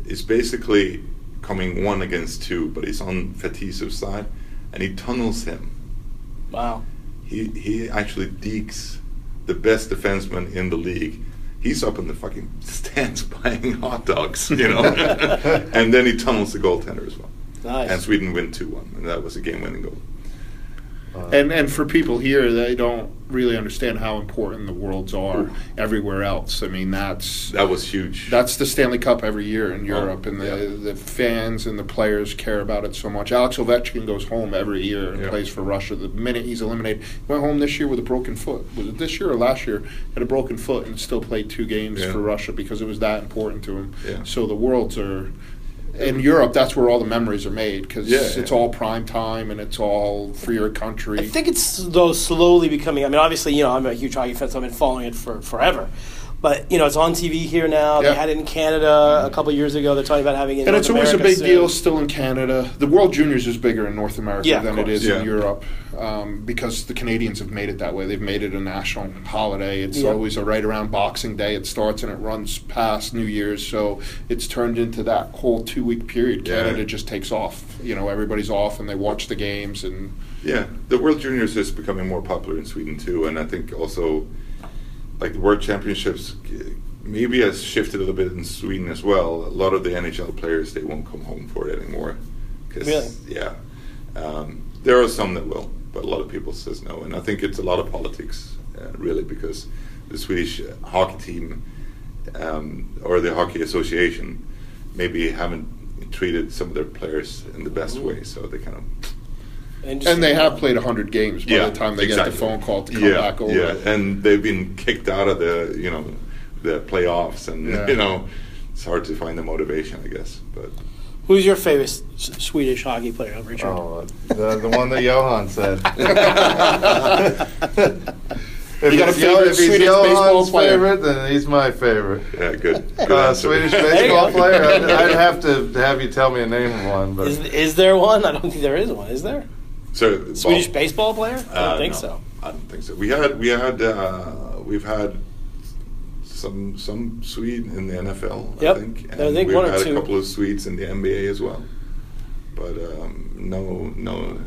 [SPEAKER 3] is basically coming one against two, but he's on Fetisov's side, and he tunnels him.
[SPEAKER 1] Wow.
[SPEAKER 3] He he actually dekes the best defenseman in the league. He's up in the fucking stands buying hot dogs, you know, and then he tunnels the goaltender as well.
[SPEAKER 1] Nice.
[SPEAKER 3] And Sweden win two one, and that was a game-winning goal.
[SPEAKER 4] Uh,
[SPEAKER 2] And and for people here, they don't really understand how important the worlds are everywhere else. I mean, that's
[SPEAKER 3] That was huge. Oh,
[SPEAKER 2] that's the Stanley Cup every year in Europe, and the
[SPEAKER 3] yeah.
[SPEAKER 2] the fans and the players care about it so much. Alex Ovechkin goes home every year and
[SPEAKER 3] Yeah.
[SPEAKER 2] plays for Russia. The minute he's eliminated, went home this year with a broken foot. Was it this year or last year? Had a broken foot and still played two games
[SPEAKER 3] Yeah.
[SPEAKER 2] for Russia because it was that important to him.
[SPEAKER 3] Yeah.
[SPEAKER 2] So the worlds are. In Europe, that's where all the memories are made because
[SPEAKER 3] Yeah,
[SPEAKER 2] it's
[SPEAKER 3] yeah.
[SPEAKER 2] all prime time and it's all for your country.
[SPEAKER 1] I think it's though slowly becoming. I mean, obviously, you know, I'm a huge hockey fan, so I've been following it for forever. But you know, it's on TV here now.
[SPEAKER 2] Yeah.
[SPEAKER 1] They had it in Canada a couple years ago. They're talking about having it. In
[SPEAKER 2] And
[SPEAKER 1] North
[SPEAKER 2] it's always
[SPEAKER 1] America
[SPEAKER 2] a big
[SPEAKER 1] soon.
[SPEAKER 2] deal still in Canada. The World Juniors is bigger in North America
[SPEAKER 1] Yeah, of
[SPEAKER 2] than it
[SPEAKER 1] course.
[SPEAKER 2] is
[SPEAKER 3] Yeah.
[SPEAKER 2] in Europe um, because the Canadians have made it that way. They've made it a national holiday. It's
[SPEAKER 1] Yeah.
[SPEAKER 2] always a right around Boxing Day. It starts and it runs past New Year's. So it's turned into that whole two week period.
[SPEAKER 3] Yeah.
[SPEAKER 2] Canada just takes off. You know, everybody's off and they watch the games. And
[SPEAKER 3] yeah, the World Juniors is becoming more popular in Sweden too, and I think also like the World Championships g- maybe has shifted a little bit in Sweden as well. A lot of the NHL players they won't come home for it anymore. 'cause-
[SPEAKER 1] Really?
[SPEAKER 3] Yeah, um, there are some that will, but a lot of people says no, and I think it's a lot of politics uh, really, because the Swedish hockey team um, or the hockey association maybe haven't treated some of their players in the best way, so they kind of
[SPEAKER 1] just-
[SPEAKER 2] And they have played 100 games by
[SPEAKER 3] Yeah,
[SPEAKER 2] the time they get
[SPEAKER 3] exactly.
[SPEAKER 2] the phone call to come
[SPEAKER 3] yeah,
[SPEAKER 2] back over.
[SPEAKER 3] Yeah, and they've been kicked out of the you know the playoffs, and
[SPEAKER 2] Yeah.
[SPEAKER 3] you know it's hard to find the motivation, I guess. But
[SPEAKER 1] Who's your favorite S- Swedish hockey player, Richard?
[SPEAKER 4] Oh, uh, the, the one that Johan said. if
[SPEAKER 2] You got a
[SPEAKER 4] it's Jo-
[SPEAKER 2] favorite
[SPEAKER 4] if he's
[SPEAKER 2] Swedish
[SPEAKER 4] Johan's
[SPEAKER 2] baseball player?
[SPEAKER 4] favorite, then he's my favorite.
[SPEAKER 3] yeah, good. good
[SPEAKER 4] Uh,
[SPEAKER 3] answer.
[SPEAKER 4] Swedish
[SPEAKER 1] you
[SPEAKER 4] baseball
[SPEAKER 1] go.
[SPEAKER 4] player. I'd, I'd have to have you tell me a name of one, but
[SPEAKER 1] Is, is there one? I don't think there is one. Is there
[SPEAKER 3] So, well,
[SPEAKER 1] Swedish baseball player? I don't
[SPEAKER 3] uh,
[SPEAKER 1] think
[SPEAKER 3] no,
[SPEAKER 1] so.
[SPEAKER 3] I don't think so. We had we had uh, we've had some some Swede in the NFL.
[SPEAKER 1] Yep.
[SPEAKER 3] I think.
[SPEAKER 1] I
[SPEAKER 3] and
[SPEAKER 1] think
[SPEAKER 3] we've
[SPEAKER 1] one or
[SPEAKER 3] had
[SPEAKER 1] two.
[SPEAKER 3] a couple of Swedes in the NBA as well, but um, no no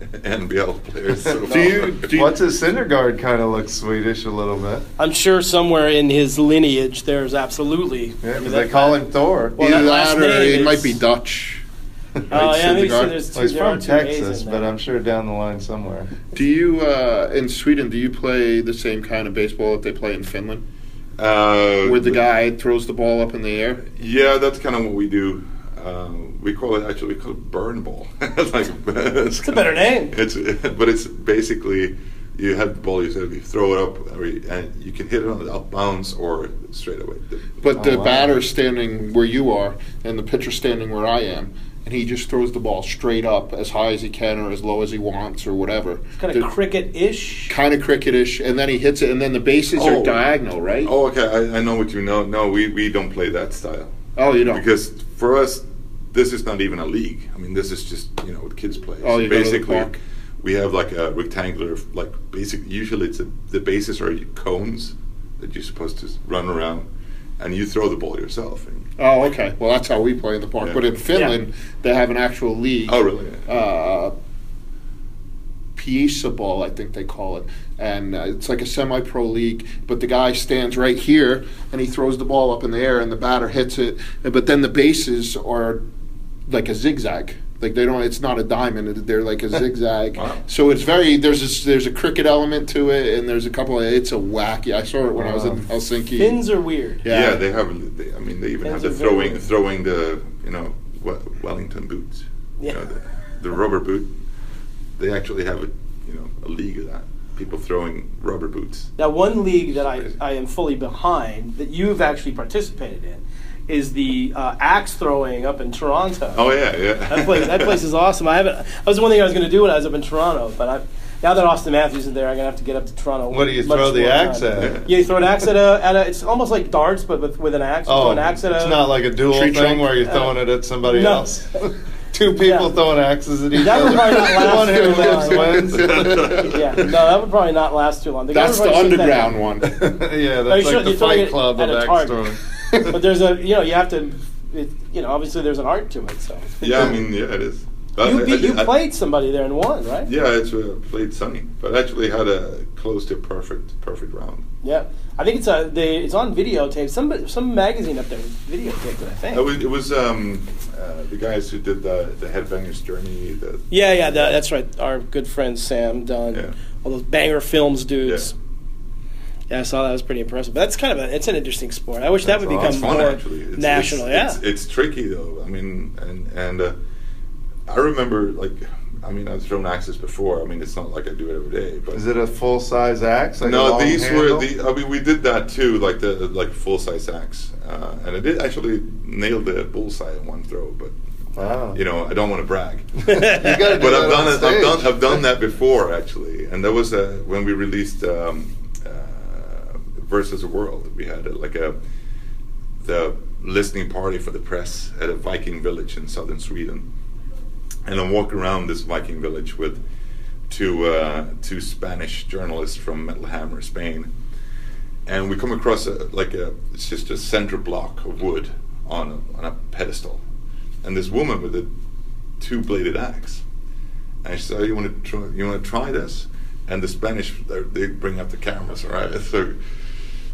[SPEAKER 3] NBL players. So
[SPEAKER 2] Do you- do you-
[SPEAKER 4] what's his Syndergaard kind of looks Swedish a little bit.
[SPEAKER 1] I'm sure somewhere in his lineage, there's absolutely.
[SPEAKER 4] Yeah,
[SPEAKER 1] I mean,
[SPEAKER 4] 'cause
[SPEAKER 1] that-
[SPEAKER 4] they call him Thor. uh,
[SPEAKER 1] Well, that
[SPEAKER 2] Either
[SPEAKER 1] last
[SPEAKER 2] that uh, or
[SPEAKER 1] name
[SPEAKER 2] it
[SPEAKER 1] is-
[SPEAKER 2] might be Dutch.
[SPEAKER 1] Oh yeah, maybe so
[SPEAKER 2] Syndergaard.
[SPEAKER 1] there's two,
[SPEAKER 4] Well, he's
[SPEAKER 1] there are
[SPEAKER 4] from
[SPEAKER 1] two A's
[SPEAKER 4] Texas,
[SPEAKER 1] in
[SPEAKER 4] but
[SPEAKER 1] there.
[SPEAKER 4] I'm sure down the line somewhere.
[SPEAKER 2] Do you, uh, in Sweden, do you play the same kind of baseball that they play in Finland?
[SPEAKER 3] uh,
[SPEAKER 2] Where the guy throws the ball up in the air?
[SPEAKER 3] Yeah, that's kind of what we do. Um, we call it actually we call it burn ball. It's like it's,
[SPEAKER 1] a better name.
[SPEAKER 3] It's but it's basically you have the ball, you said you throw it up, or you, and you can hit it on the out bounds or straight away.
[SPEAKER 2] But the
[SPEAKER 4] Oh, wow.
[SPEAKER 2] batter's standing where you are, and the pitcher's standing where I am, and he just throws the ball straight up as high as he can or as low as he wants or whatever.
[SPEAKER 1] Kind of cricket-ish.
[SPEAKER 2] kind of cricketish, and then he hits it, and then the bases
[SPEAKER 3] Oh.
[SPEAKER 2] are diagonal, right?
[SPEAKER 3] Oh, okay, I, I know what you know. No, we, we don't play that style
[SPEAKER 2] Oh, you don't.
[SPEAKER 3] because for us, this is not even a league. I mean, this is just you know what kids play.
[SPEAKER 2] Oh, you go to the
[SPEAKER 3] basically,
[SPEAKER 2] park.
[SPEAKER 3] we have like a rectangular, like basic. Usually, it's a, the bases are cones that you're supposed to run around, and you throw the ball yourself. And,
[SPEAKER 2] oh, okay. Well, that's how we play in the park.
[SPEAKER 3] Yeah.
[SPEAKER 2] But in Finland, they have an actual league.
[SPEAKER 3] oh, really?
[SPEAKER 2] uh, Piesa ball, I think they call it, and uh, it's like a semi-pro league. But the guy stands right here, and he throws the ball up in the air, and the batter hits it. and- But then the bases are like a zigzag. Like they don't. It's not a diamond. it- They're like a zigzag.
[SPEAKER 3] Wow.
[SPEAKER 2] So it's very there's a, there's a cricket element to it, and there's a couple. of It's a wacky. I saw it when I was in
[SPEAKER 4] Wow.
[SPEAKER 2] Helsinki.
[SPEAKER 1] Fins are weird.
[SPEAKER 2] Yeah.
[SPEAKER 3] yeah. they have. They, I mean, they even have the
[SPEAKER 1] Those are very-
[SPEAKER 3] throwing throwing the you know we- Wellington boots.
[SPEAKER 1] Yeah.
[SPEAKER 3] You know, the, the rubber boot. They actually have a you know a league of that. People throwing rubber boots.
[SPEAKER 1] Now, one league that I, I am fully behind that you've actually participated in is the uh, axe throwing up in Toronto.
[SPEAKER 3] Oh yeah, yeah.
[SPEAKER 1] that place that place is awesome. I haven't. That was one thing I was going to do when I was up in Toronto, but I now that Austin Matthews isn't there, I'm going to have to get up to Toronto.
[SPEAKER 4] What do you
[SPEAKER 1] much
[SPEAKER 4] throw the
[SPEAKER 1] more
[SPEAKER 4] axe
[SPEAKER 1] time.
[SPEAKER 4] at?
[SPEAKER 1] Yeah, you throw an axe at a, at a. It's almost like darts, but with, with an axe. You throw
[SPEAKER 4] Oh,
[SPEAKER 1] an axe
[SPEAKER 4] it's
[SPEAKER 1] at a.
[SPEAKER 4] not like a dual
[SPEAKER 2] Tree
[SPEAKER 4] thing
[SPEAKER 2] trunk?
[SPEAKER 4] where you're throwing it at somebody
[SPEAKER 1] No.
[SPEAKER 4] else. Two people
[SPEAKER 1] Yeah.
[SPEAKER 4] throwing axes at each
[SPEAKER 1] That would
[SPEAKER 4] other.
[SPEAKER 1] probably not
[SPEAKER 4] the
[SPEAKER 1] last
[SPEAKER 4] one
[SPEAKER 1] too
[SPEAKER 4] who
[SPEAKER 1] long.
[SPEAKER 4] lives wins.
[SPEAKER 1] yeah, no, that would probably not last too long. The guy
[SPEAKER 2] That's
[SPEAKER 1] would
[SPEAKER 2] the
[SPEAKER 1] probably shoot that
[SPEAKER 2] underground
[SPEAKER 1] down.
[SPEAKER 2] one.
[SPEAKER 4] yeah,
[SPEAKER 1] No, you
[SPEAKER 4] that's
[SPEAKER 1] should-
[SPEAKER 4] like the
[SPEAKER 1] you're throwing
[SPEAKER 4] Fight
[SPEAKER 1] it
[SPEAKER 4] Club
[SPEAKER 1] at
[SPEAKER 4] of
[SPEAKER 1] a
[SPEAKER 4] axe
[SPEAKER 1] target.
[SPEAKER 4] throwing.
[SPEAKER 1] But there's a you know you have to, it, you know obviously there's an art to it. So
[SPEAKER 3] Yeah, I mean, yeah, it is. I-
[SPEAKER 1] you,
[SPEAKER 3] I-
[SPEAKER 1] beat,
[SPEAKER 3] I-
[SPEAKER 1] you
[SPEAKER 3] I-
[SPEAKER 1] played somebody there and won, right?
[SPEAKER 3] Yeah, I actually played Sunny, but I actually had a close to perfect, perfect round.
[SPEAKER 1] Yeah, I think it's a they, it's on videotape. Some some magazine up there videotaped it. I think.
[SPEAKER 3] It was, it was um, uh, the guys who did the the Headbangers Journey. The,
[SPEAKER 1] yeah, yeah, that, that's right. Our good friend Sam Dunn,
[SPEAKER 3] Yeah.
[SPEAKER 1] all those banger films
[SPEAKER 3] yeah.
[SPEAKER 1] dudes. Yeah, I saw that. It was pretty impressive. But that's kind of a it's an interesting sport. I wish that would
[SPEAKER 3] That's
[SPEAKER 1] become
[SPEAKER 3] fun,
[SPEAKER 1] more
[SPEAKER 3] actually. It's-
[SPEAKER 1] national.
[SPEAKER 3] it's-
[SPEAKER 1] yeah,
[SPEAKER 3] it's, it's tricky though. I mean, and and uh, I remember like, I mean, I've thrown axes before. I mean, it's not like I do it every day, but
[SPEAKER 4] Is it a full size axe? Like a
[SPEAKER 3] no,
[SPEAKER 4] long
[SPEAKER 3] these
[SPEAKER 4] handle?
[SPEAKER 3] were the. uh, I mean, we did that too, like the like full size axe, uh, and I did actually nail the bullseye in one throw. But
[SPEAKER 4] Wow.
[SPEAKER 3] you know, I don't want to brag.
[SPEAKER 4] Oh. You gotta do
[SPEAKER 3] but
[SPEAKER 4] that
[SPEAKER 3] I've
[SPEAKER 4] on
[SPEAKER 3] done it. I've
[SPEAKER 4] stage.
[SPEAKER 3] done. I've done that before actually, and that was uh, when we released um, uh, versus the world. We had uh, like a the listening party for the press at a Viking village in southern Sweden, and I'm walking around this Viking village with two uh, two Spanish journalists from Metal Hammer, Spain, and we come across a, like a it's just a center block of wood on a, on a pedestal, and this woman with a two bladed axe. And she said, oh, "You want to try, you want to try this?" And the Spanish they they bring out the cameras, all right? So,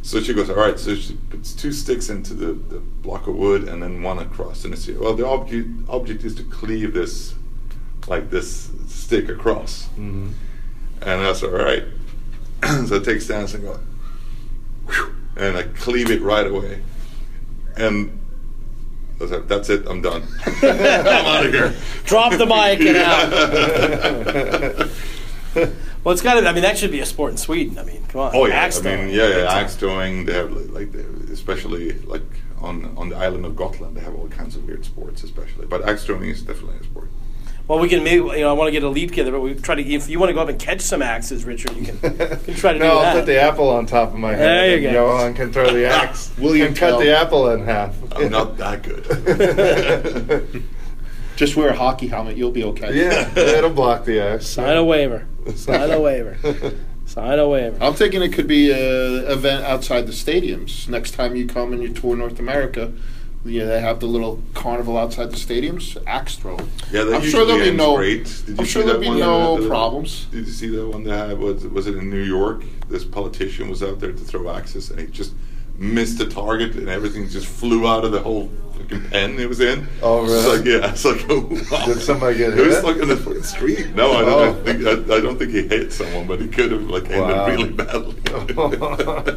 [SPEAKER 3] so she goes, "All right." So she puts two sticks into the, the block of wood and then one across, and it's well, the object object is to cleave this, like this stick across.
[SPEAKER 4] Mhm.
[SPEAKER 3] And I said, "All right." so I take stance and go, whew, and I cleave it right away. And I said, that's it, I'm done. I'm out of here.
[SPEAKER 1] Drop the mic and out. Well, it's got to. I mean, that should be a sport in Sweden. I mean, come on.
[SPEAKER 3] Oh yeah,
[SPEAKER 1] Axe
[SPEAKER 3] I mean,
[SPEAKER 1] throwing.
[SPEAKER 3] yeah,
[SPEAKER 1] Big
[SPEAKER 3] yeah,
[SPEAKER 1] time.
[SPEAKER 3] axe throwing. They have like, like they- especially like on on the island of Gotland, they have all kinds of weird sports, especially. But axe throwing is definitely a sport.
[SPEAKER 1] Well, we can maybe. You know, I want to get a leap together, but we try to. If you want to go up and catch some axes, Richard, you can, you can try to
[SPEAKER 4] no,
[SPEAKER 1] do
[SPEAKER 4] I'll
[SPEAKER 1] that.
[SPEAKER 4] put the apple on top of my head.
[SPEAKER 1] There you
[SPEAKER 4] and
[SPEAKER 1] go.
[SPEAKER 4] Johan can throw the axe.
[SPEAKER 2] William
[SPEAKER 4] and cut
[SPEAKER 2] Tell.
[SPEAKER 4] the apple in half.
[SPEAKER 3] I'm not that good.
[SPEAKER 2] Just wear a hockey helmet, you'll be okay.
[SPEAKER 4] yeah, it'll block the axe.
[SPEAKER 1] Sign a waiver. Sign a waiver. Sign a waiver.
[SPEAKER 2] I'm thinking it could be a event outside the stadiums. Next time you come and you tour North America, yeah, they have the little carnival outside the stadiums, axe throw.
[SPEAKER 3] yeah, they
[SPEAKER 2] I'm sure
[SPEAKER 3] usually
[SPEAKER 2] there'll be
[SPEAKER 3] aim
[SPEAKER 2] no.
[SPEAKER 3] straight. Did you
[SPEAKER 2] I'm
[SPEAKER 3] see
[SPEAKER 2] sure
[SPEAKER 3] that
[SPEAKER 2] there'll be
[SPEAKER 3] one?
[SPEAKER 2] no
[SPEAKER 3] The- the-
[SPEAKER 2] problems.
[SPEAKER 3] Did you see that one that had- was was it in New York? This politician was out there to throw axes, and he just missed the target, and everything just flew out of the whole fucking pen it was in.
[SPEAKER 4] Oh,
[SPEAKER 3] It's
[SPEAKER 4] really?
[SPEAKER 3] like, yeah, it's like oh, wow.
[SPEAKER 4] Did somebody get
[SPEAKER 3] It was
[SPEAKER 4] hit?
[SPEAKER 3] like in the fucking street. No, I
[SPEAKER 4] Oh.
[SPEAKER 3] don't I think I, I don't think he hit someone, but he could have like ended
[SPEAKER 4] Wow.
[SPEAKER 3] really Oh, badly.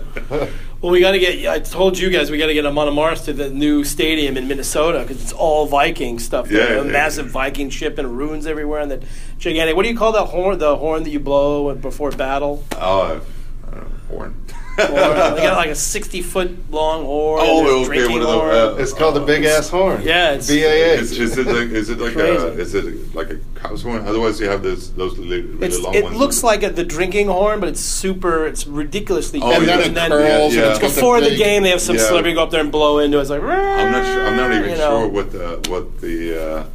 [SPEAKER 1] Well, we got to get. I told you guys we got to get Amon Mars to the new stadium in Minnesota because it's all Viking stuff. there.
[SPEAKER 3] Yeah,
[SPEAKER 1] a
[SPEAKER 3] yeah,
[SPEAKER 1] massive
[SPEAKER 3] yeah.
[SPEAKER 1] Viking ship and ruins everywhere, and that gigantic. What do you call that horn? The horn that you blow before battle.
[SPEAKER 3] oh, I don't know, horn.
[SPEAKER 1] Horn. they got like a sixty foot long horn.
[SPEAKER 3] Oh,
[SPEAKER 1] a
[SPEAKER 3] okay,
[SPEAKER 1] drinking
[SPEAKER 3] one of the-
[SPEAKER 1] horn.
[SPEAKER 3] uh,
[SPEAKER 4] It's called the big ass horn.
[SPEAKER 1] Yeah, it's-
[SPEAKER 4] BAA.
[SPEAKER 3] Is, is it like is it like a
[SPEAKER 1] Crazy.
[SPEAKER 3] is it like a cow's horn? Otherwise, you have this those really, really
[SPEAKER 1] It's-
[SPEAKER 3] long
[SPEAKER 1] it
[SPEAKER 3] ones.
[SPEAKER 1] looks like a, the drinking horn, but it's super. It's ridiculously.
[SPEAKER 3] Oh,
[SPEAKER 1] huge.
[SPEAKER 2] and then
[SPEAKER 3] yeah.
[SPEAKER 2] it curls.
[SPEAKER 3] Yeah,
[SPEAKER 2] And
[SPEAKER 3] yeah.
[SPEAKER 2] it's got
[SPEAKER 1] before the
[SPEAKER 2] big-
[SPEAKER 1] game, they have some
[SPEAKER 3] Yeah.
[SPEAKER 1] celebrity go up there and blow into it. It's like
[SPEAKER 3] I'm not sure. I'm not even
[SPEAKER 1] you know.
[SPEAKER 3] sure what the what the. Uh,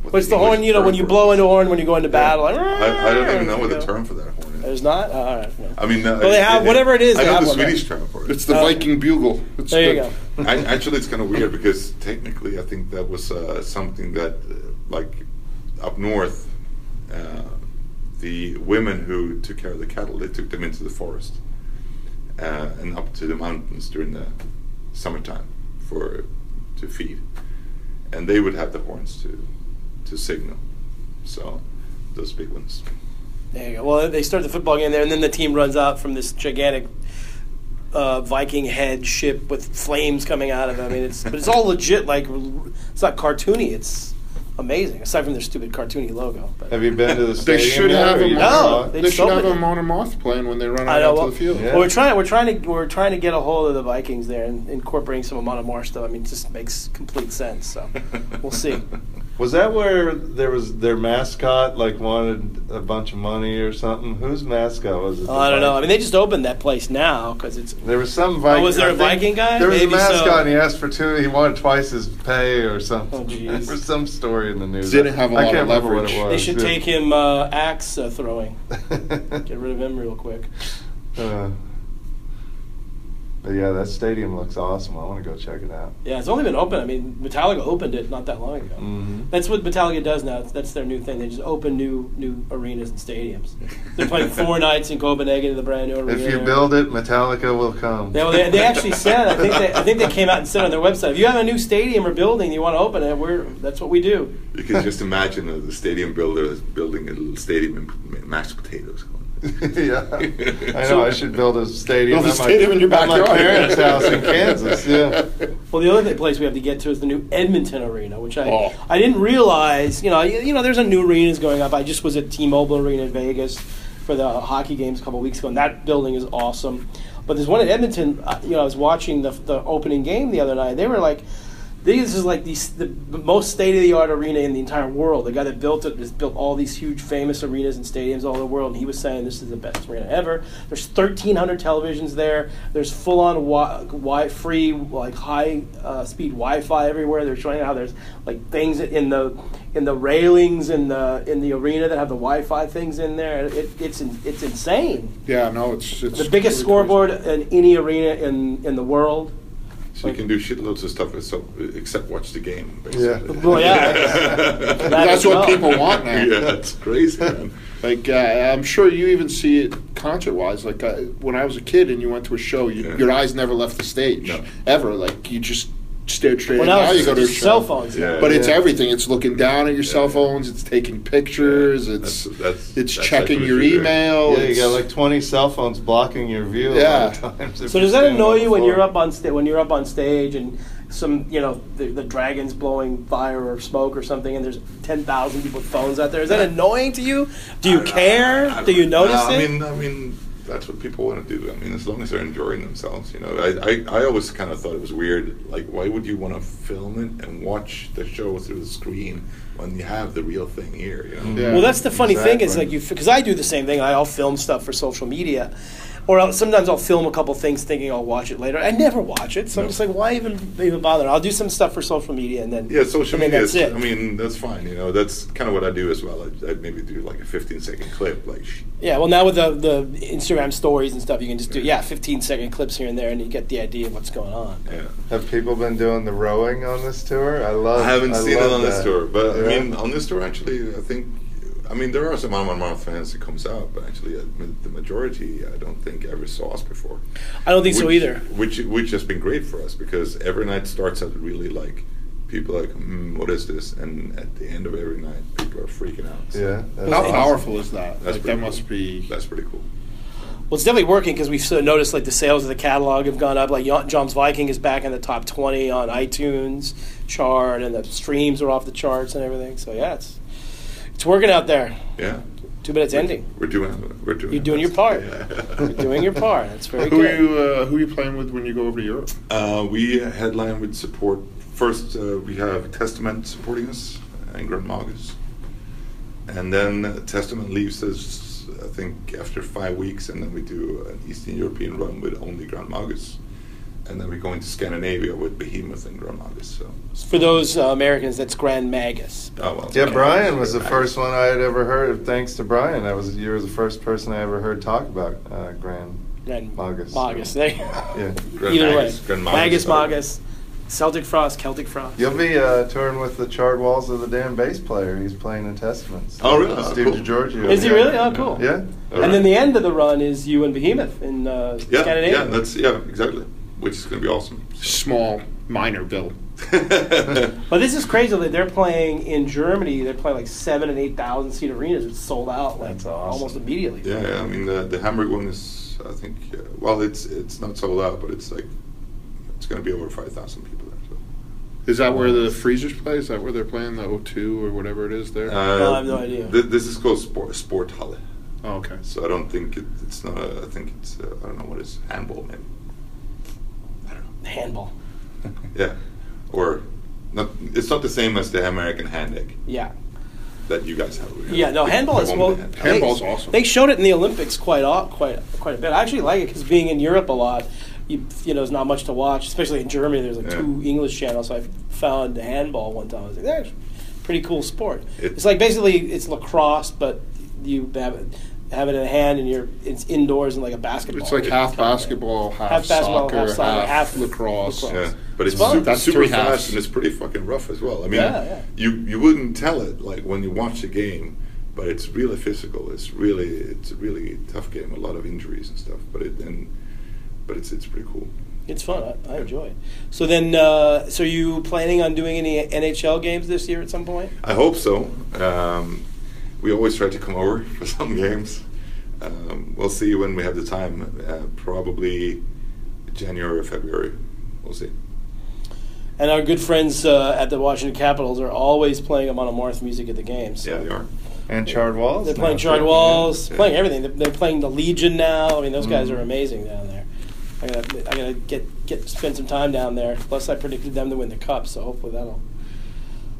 [SPEAKER 3] what
[SPEAKER 1] What's the horn?
[SPEAKER 3] English
[SPEAKER 1] You know,
[SPEAKER 3] term
[SPEAKER 1] when you
[SPEAKER 3] for-
[SPEAKER 1] blow into a horn when you go into battle. Like,
[SPEAKER 3] I, I don't even know what
[SPEAKER 1] you
[SPEAKER 3] the term for that horn is.
[SPEAKER 1] There's not. Oh, all right. no.
[SPEAKER 3] I mean, uh,
[SPEAKER 1] Well, they have- whatever it is,
[SPEAKER 3] I
[SPEAKER 1] they
[SPEAKER 3] know
[SPEAKER 1] have Oh.
[SPEAKER 3] the
[SPEAKER 1] one, right?
[SPEAKER 3] Swedish term for it.
[SPEAKER 2] It's the Viking bugle. It's
[SPEAKER 1] Uh, There you
[SPEAKER 2] the-
[SPEAKER 1] go.
[SPEAKER 3] I, actually, it's kind of weird because technically, I think that was uh, something that, uh, like, up north, uh, the women who took care of the cattle, they took them into the forest uh, and up to the mountains during the summertime for to feed, and they would have the horns to to signal. So, those big ones.
[SPEAKER 1] There you go. Well, they start the football game there, and then the team runs out from this gigantic uh, Viking head ship with flames coming out of it. I mean, it's but it's all legit. Like it's not cartoony. It's amazing. Aside from their stupid cartoony logo. But
[SPEAKER 4] Have you been to the
[SPEAKER 2] They
[SPEAKER 4] stadium?
[SPEAKER 2] should
[SPEAKER 4] yet,
[SPEAKER 2] have
[SPEAKER 4] or
[SPEAKER 2] a
[SPEAKER 4] you
[SPEAKER 1] No,
[SPEAKER 4] not?
[SPEAKER 2] Mon-
[SPEAKER 1] they
[SPEAKER 2] they should have
[SPEAKER 1] sold it.
[SPEAKER 2] a Mona Moth playing when they run
[SPEAKER 1] I
[SPEAKER 2] out
[SPEAKER 1] know.
[SPEAKER 2] onto
[SPEAKER 1] Well,
[SPEAKER 2] the field.
[SPEAKER 4] Yeah.
[SPEAKER 1] well, we're trying. We're trying to. We're trying to get a hold of the Vikings there and incorporating some Amon Amar stuff. I mean, it just makes complete sense. So we'll see.
[SPEAKER 4] Was that where there was their mascot like wanted a bunch of money or something? Whose mascot was it?
[SPEAKER 1] Oh, I don't know. I mean, they just opened that place now because it's.
[SPEAKER 4] there was some Viking.
[SPEAKER 1] was there
[SPEAKER 4] I
[SPEAKER 1] a
[SPEAKER 4] think
[SPEAKER 1] Viking guy?
[SPEAKER 4] There was
[SPEAKER 1] Maybe
[SPEAKER 4] a mascot,
[SPEAKER 1] so.
[SPEAKER 4] and he asked for two. He wanted twice his pay or something.
[SPEAKER 1] Oh,
[SPEAKER 4] there
[SPEAKER 1] jeez.
[SPEAKER 4] was some story in the news.
[SPEAKER 2] Didn't have a
[SPEAKER 4] I
[SPEAKER 2] lot of
[SPEAKER 4] can't remember what
[SPEAKER 2] leverage.
[SPEAKER 4] it was.
[SPEAKER 1] They should
[SPEAKER 4] yeah.
[SPEAKER 1] take him uh, axe uh, throwing. Get rid of him real quick.
[SPEAKER 4] Uh, but yeah, that stadium looks awesome. I want to go check it out.
[SPEAKER 1] Yeah, it's only been open. I mean, Metallica opened it not that long ago.
[SPEAKER 4] Mhm.
[SPEAKER 1] That's what Metallica does now. That's their new thing. They just open new new arenas and stadiums. They're playing four nights in Copenhagen in the brand new arena.
[SPEAKER 4] If you build it, Metallica will come.
[SPEAKER 1] They, well, they, they actually said. I think they, I think they came out and said on their website, if you have a new stadium or building you want to open it, we're that's what we do.
[SPEAKER 3] You can just imagine uh, the stadium builder is building a little stadium and p- mashed potatoes.
[SPEAKER 4] yeah, I know. I should build a stadium.
[SPEAKER 2] Build a
[SPEAKER 4] at my-
[SPEAKER 2] stadium in your
[SPEAKER 4] at My
[SPEAKER 2] backyard.
[SPEAKER 4] parents' house in Kansas. Yeah.
[SPEAKER 1] Well, the other thing, place we have to get to is the new Edmonton Arena, which I
[SPEAKER 2] Oh.
[SPEAKER 1] I didn't realize. You know, you, you know, there's a new arenas going up. I just was at T-Mobile Arena in Vegas for the hockey games a couple weeks ago, and that building is awesome. But there's one in Edmonton. uh, You know, I was watching the the opening game the other night. They were like. This is like the, s- the most state-of-the-art arena in the entire world. The guy that built it has built all these huge, famous arenas and stadiums all over the world, and he was saying this is the best arena ever. There's 1,300 televisions there. There's full-on wi- wi- free, like high-speed Wi-Fi everywhere. They're showing how there's like things in the in the railings in the in the arena that have the Wi-Fi things in there. It, it's in- it's insane.
[SPEAKER 2] Yeah, no, it's it's
[SPEAKER 1] The biggest scoreboard in any arena in in the world.
[SPEAKER 3] So you can do shitloads of stuff so, except watch the game,
[SPEAKER 4] Yeah.
[SPEAKER 3] basically.
[SPEAKER 1] Well, yeah, that
[SPEAKER 2] That's
[SPEAKER 1] as
[SPEAKER 2] what
[SPEAKER 1] well.
[SPEAKER 2] people want now.
[SPEAKER 3] yeah, it's crazy, man.
[SPEAKER 2] Like uh, I'm sure you even see it concert-wise. Like uh, when I was a kid and you went to a show, you,
[SPEAKER 3] Yeah.
[SPEAKER 2] your eyes never left the stage
[SPEAKER 3] No.
[SPEAKER 2] ever. Like you just stared straight.
[SPEAKER 1] Well,
[SPEAKER 2] at-
[SPEAKER 1] now
[SPEAKER 2] now
[SPEAKER 1] it's
[SPEAKER 2] you go to a
[SPEAKER 1] just cell
[SPEAKER 2] show.
[SPEAKER 1] phones.
[SPEAKER 3] Yeah.
[SPEAKER 2] But it's
[SPEAKER 4] Yeah.
[SPEAKER 2] everything. It's looking down at your cell
[SPEAKER 3] Yeah.
[SPEAKER 2] phones. It's taking pictures. It's
[SPEAKER 3] That's- that's-
[SPEAKER 2] it's
[SPEAKER 3] that's
[SPEAKER 2] checking
[SPEAKER 3] actually
[SPEAKER 2] your
[SPEAKER 3] true.
[SPEAKER 2] email.
[SPEAKER 4] Yeah, you
[SPEAKER 2] it's-
[SPEAKER 4] got like 20 cell phones blocking your view.
[SPEAKER 2] Yeah.
[SPEAKER 4] A lot of times if
[SPEAKER 1] So
[SPEAKER 4] you're
[SPEAKER 1] does that
[SPEAKER 4] standing
[SPEAKER 1] annoy
[SPEAKER 4] on the
[SPEAKER 1] you when
[SPEAKER 4] floor.
[SPEAKER 1] you're up on sta- when you're up on stage and some you know the, the dragons blowing fire or smoke or something and there's ten thousand people with phones out there? Is that annoying to you? Do you
[SPEAKER 3] I don't-
[SPEAKER 1] care?
[SPEAKER 3] I don't-
[SPEAKER 1] Do you
[SPEAKER 3] no,
[SPEAKER 1] notice
[SPEAKER 3] I
[SPEAKER 1] it?
[SPEAKER 3] mean, I mean, that's what people want to do. I mean, as long as they're enjoying themselves, you know. I, I, I always kind of thought it was weird. Like, why would you want to film it and watch the show through the screen when you have the real thing here? You know.
[SPEAKER 2] Yeah.
[SPEAKER 1] Well, that's the funny thing is
[SPEAKER 4] Exactly.
[SPEAKER 1] like you because I do the same thing. I'll film stuff for social media, or I'll, sometimes I'll film a couple things thinking I'll watch it later. I never watch it, so I'm
[SPEAKER 3] No.
[SPEAKER 1] just like, why even even bother? I'll do some stuff for social media and then
[SPEAKER 3] Yeah, social
[SPEAKER 1] I mean,
[SPEAKER 3] media.
[SPEAKER 1] That's
[SPEAKER 3] is,
[SPEAKER 1] it.
[SPEAKER 3] I mean, that's fine. You know, that's kind of what I do as well. I, I maybe do like a 15 second clip, like sh-
[SPEAKER 1] yeah. Well, now with the the Instagram stories and stuff, you can just do yeah, 15 second clips here and there, and you get the idea of what's going on.
[SPEAKER 3] yeah.
[SPEAKER 4] Have people been doing the rowing on this tour? I love.
[SPEAKER 3] I haven't seen it
[SPEAKER 4] love
[SPEAKER 3] on this
[SPEAKER 4] that.
[SPEAKER 3] tour, but
[SPEAKER 4] Yeah.
[SPEAKER 3] I mean, on this tour, actually, I think, I mean, there are some Man on Man fans that comes out, but actually, I mean, the majority, I don't think, ever saw us before.
[SPEAKER 1] I don't think so
[SPEAKER 3] Which-
[SPEAKER 1] either.
[SPEAKER 3] Which which has been great for us because every night starts out really like people are like, mm, what is this? And at the end of every night, people are freaking out. So
[SPEAKER 4] yeah. that's
[SPEAKER 2] how
[SPEAKER 4] awesome.
[SPEAKER 2] powerful is that?
[SPEAKER 3] That's
[SPEAKER 2] like, that
[SPEAKER 3] pretty
[SPEAKER 2] must
[SPEAKER 3] cool.
[SPEAKER 2] be.
[SPEAKER 3] That's pretty cool.
[SPEAKER 1] Well, it's definitely working because we've sort of noticed like the sales of the catalog have gone up. Like Yon- John's Viking is back in the top 20 on iTunes chart, and the streams are off the charts and everything. So yeah, it's it's working out there.
[SPEAKER 3] Yeah,
[SPEAKER 1] Too bad it's ending.
[SPEAKER 3] we're doing we're doing.
[SPEAKER 1] You're doing
[SPEAKER 3] our
[SPEAKER 1] your
[SPEAKER 3] best.
[SPEAKER 1] part.
[SPEAKER 3] Yeah.
[SPEAKER 1] You're doing your part. That's very
[SPEAKER 2] Who are
[SPEAKER 1] good.
[SPEAKER 2] you? Uh, who are you playing with when you go over to Europe?
[SPEAKER 3] Uh, we headline with support. First, uh, we have Testament supporting us and Grand Magus. And then uh, Testament leaves us, I think, after five weeks, and then we do an Eastern European run with only Grand Magus. And then we go into Scandinavia with Behemoth and Grand Magus. So,
[SPEAKER 1] For those uh, Americans, that's Grand Magus.
[SPEAKER 3] oh, well,
[SPEAKER 4] Yeah,
[SPEAKER 3] okay.
[SPEAKER 4] Brian was the first one I had ever heard. Thanks to Brian, that was you were the first person I ever heard talk about uh, Grand.
[SPEAKER 1] Grand
[SPEAKER 4] Magus.
[SPEAKER 1] Magus. There you go.
[SPEAKER 4] Yeah,
[SPEAKER 3] Grand
[SPEAKER 1] Either
[SPEAKER 3] Magus,
[SPEAKER 1] way,
[SPEAKER 3] Grand
[SPEAKER 1] Magus,
[SPEAKER 3] Magus.
[SPEAKER 1] Magus, Celtic Frost, Celtic Frost.
[SPEAKER 4] you'll be uh, touring with the charred walls of the damn bass player. He's playing in Testaments. Uh,
[SPEAKER 3] Oh, really? Oh,
[SPEAKER 4] Steve
[SPEAKER 3] cool.
[SPEAKER 4] DiGiorgio.
[SPEAKER 1] Is he
[SPEAKER 4] Yeah.
[SPEAKER 1] really? Oh, cool.
[SPEAKER 4] Yeah.
[SPEAKER 1] And then the end of the run is you and Behemoth in uh,
[SPEAKER 3] yeah,
[SPEAKER 1] Scandinavia.
[SPEAKER 3] yeah, that's yeah, exactly, which is going to be awesome.
[SPEAKER 2] Small, minor bill.
[SPEAKER 1] But this is crazy that they're playing in Germany. They're playing like seven and eight thousand seat arenas. It's sold out like
[SPEAKER 4] That's awesome.
[SPEAKER 1] almost immediately.
[SPEAKER 3] Yeah, yeah, I mean the the Hamburg one is I think uh, well it's it's not sold out, but it's like it's going to be over five thousand people there. So.
[SPEAKER 2] Is that where the freezers play? Is that where they're playing the O2 or whatever it is there?
[SPEAKER 3] Uh,
[SPEAKER 1] I have no idea.
[SPEAKER 3] Th- this is called Sport Sporthalle,
[SPEAKER 2] oh, okay.
[SPEAKER 3] so I don't think it, it's not. A, I think it's uh, I don't know what is handball maybe. I don't know.
[SPEAKER 1] Handball.
[SPEAKER 3] Yeah, or not, it's not the same as the American hand egg
[SPEAKER 1] Yeah.
[SPEAKER 3] that you guys have. over here.
[SPEAKER 1] Yeah, no,
[SPEAKER 3] The-
[SPEAKER 1] handball
[SPEAKER 3] the
[SPEAKER 1] is
[SPEAKER 3] one
[SPEAKER 1] well.
[SPEAKER 3] with the hand-
[SPEAKER 1] they-
[SPEAKER 2] Handball's awesome.
[SPEAKER 1] They showed it in the Olympics quite a, quite quite a bit. I actually like it because being in Europe a lot, you, you know, there's not much to watch, especially in Germany. There's like
[SPEAKER 3] Yeah.
[SPEAKER 1] two English channels, so I found handball one time. I was like, that's a pretty cool sport.
[SPEAKER 3] It-
[SPEAKER 1] it's like basically it's lacrosse, but you have it, have it in hand and you're it's indoors and like a basketball.
[SPEAKER 2] It's like half basketball, half,
[SPEAKER 1] Half basketball,
[SPEAKER 2] soccer,
[SPEAKER 1] half soccer, half
[SPEAKER 2] lacrosse.
[SPEAKER 1] lacrosse.
[SPEAKER 3] Yeah, but
[SPEAKER 1] It's
[SPEAKER 3] it's,
[SPEAKER 1] fun.
[SPEAKER 3] super,
[SPEAKER 2] That's
[SPEAKER 3] super
[SPEAKER 2] three
[SPEAKER 3] fast
[SPEAKER 2] halves.
[SPEAKER 3] and it's pretty fucking rough as well. I mean,
[SPEAKER 1] Yeah, yeah.
[SPEAKER 3] you you wouldn't tell it like when you watch the game, but it's really physical. It's really it's a really tough game. A lot of injuries and stuff, but it and but it's it's pretty cool.
[SPEAKER 1] It's fun. I, I enjoy it. So then, uh, so are you planning on doing any NHL games this year at some point?
[SPEAKER 3] I hope so. Um, we always try to come over for some games. Um, we'll see when we have the time. Uh, probably January or February. We'll see.
[SPEAKER 1] And our good friends uh, at the Washington Capitals are always playing Amon Amarth music at the games.
[SPEAKER 3] Yeah, they are.
[SPEAKER 4] And charred walls.
[SPEAKER 1] They're
[SPEAKER 4] now,
[SPEAKER 1] playing Charred
[SPEAKER 4] too.
[SPEAKER 1] Walls,
[SPEAKER 3] Yeah.
[SPEAKER 1] playing everything. They're, they're playing the Legion now. I mean, those
[SPEAKER 2] Mm.
[SPEAKER 1] guys are amazing down there. I gotta, I gotta get get spend some time down there. Plus, I predicted them to win the cup, so hopefully that'll.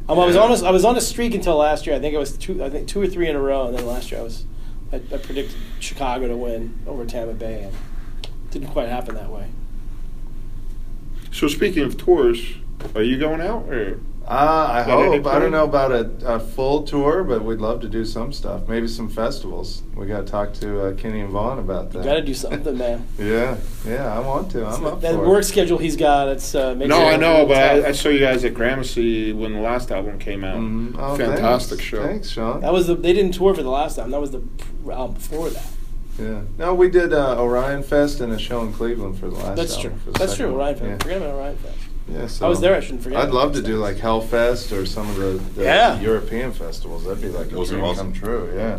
[SPEAKER 1] Um, I was
[SPEAKER 3] Yeah.
[SPEAKER 1] on a, I was on a streak until last year. I think it was two, I think two or three in a row, and then last year I was, I, I predicted Chicago to win over Tampa Bay, and it didn't quite happen that way.
[SPEAKER 2] So speaking of tours, are you going out or?
[SPEAKER 4] Uh, I
[SPEAKER 2] When did it
[SPEAKER 4] hope. I
[SPEAKER 2] play?
[SPEAKER 4] don't know about a, a full tour, but we'd love to do some stuff. Maybe some festivals. We got to talk to uh, Kenny and Vaughn about that.
[SPEAKER 1] gotta do something, man.
[SPEAKER 4] yeah, yeah, I want to. I'm up
[SPEAKER 1] that
[SPEAKER 4] for
[SPEAKER 1] work
[SPEAKER 4] it.
[SPEAKER 1] schedule he's got, it's uh, makes
[SPEAKER 2] No,
[SPEAKER 1] it
[SPEAKER 2] I know, but
[SPEAKER 1] tough.
[SPEAKER 2] I, I saw you guys at Gramercy when the last album came out.
[SPEAKER 4] Mhm.
[SPEAKER 1] Mm-hmm.
[SPEAKER 4] Oh,
[SPEAKER 2] Fantastic
[SPEAKER 4] thanks.
[SPEAKER 2] show.
[SPEAKER 4] Thanks, Sean.
[SPEAKER 1] that was the they didn't tour for the last time. That was the pr- album before that.
[SPEAKER 4] yeah. No, we did uh, Orion Fest and a show in Cleveland for the last.
[SPEAKER 1] That's
[SPEAKER 4] album,
[SPEAKER 1] true.
[SPEAKER 4] for the
[SPEAKER 1] That's
[SPEAKER 4] second
[SPEAKER 1] true.
[SPEAKER 4] one.
[SPEAKER 1] Ryan Fest.
[SPEAKER 4] Yeah.
[SPEAKER 1] Forget about Ryan Fest.
[SPEAKER 4] Yeah, so
[SPEAKER 1] I was there. I shouldn't forget.
[SPEAKER 4] I'd love to do like Hellfest or some of the, the
[SPEAKER 1] Yeah.
[SPEAKER 4] European festivals. That'd be like
[SPEAKER 3] Those
[SPEAKER 4] a
[SPEAKER 3] are
[SPEAKER 4] dream
[SPEAKER 3] awesome.
[SPEAKER 4] come true. Yeah.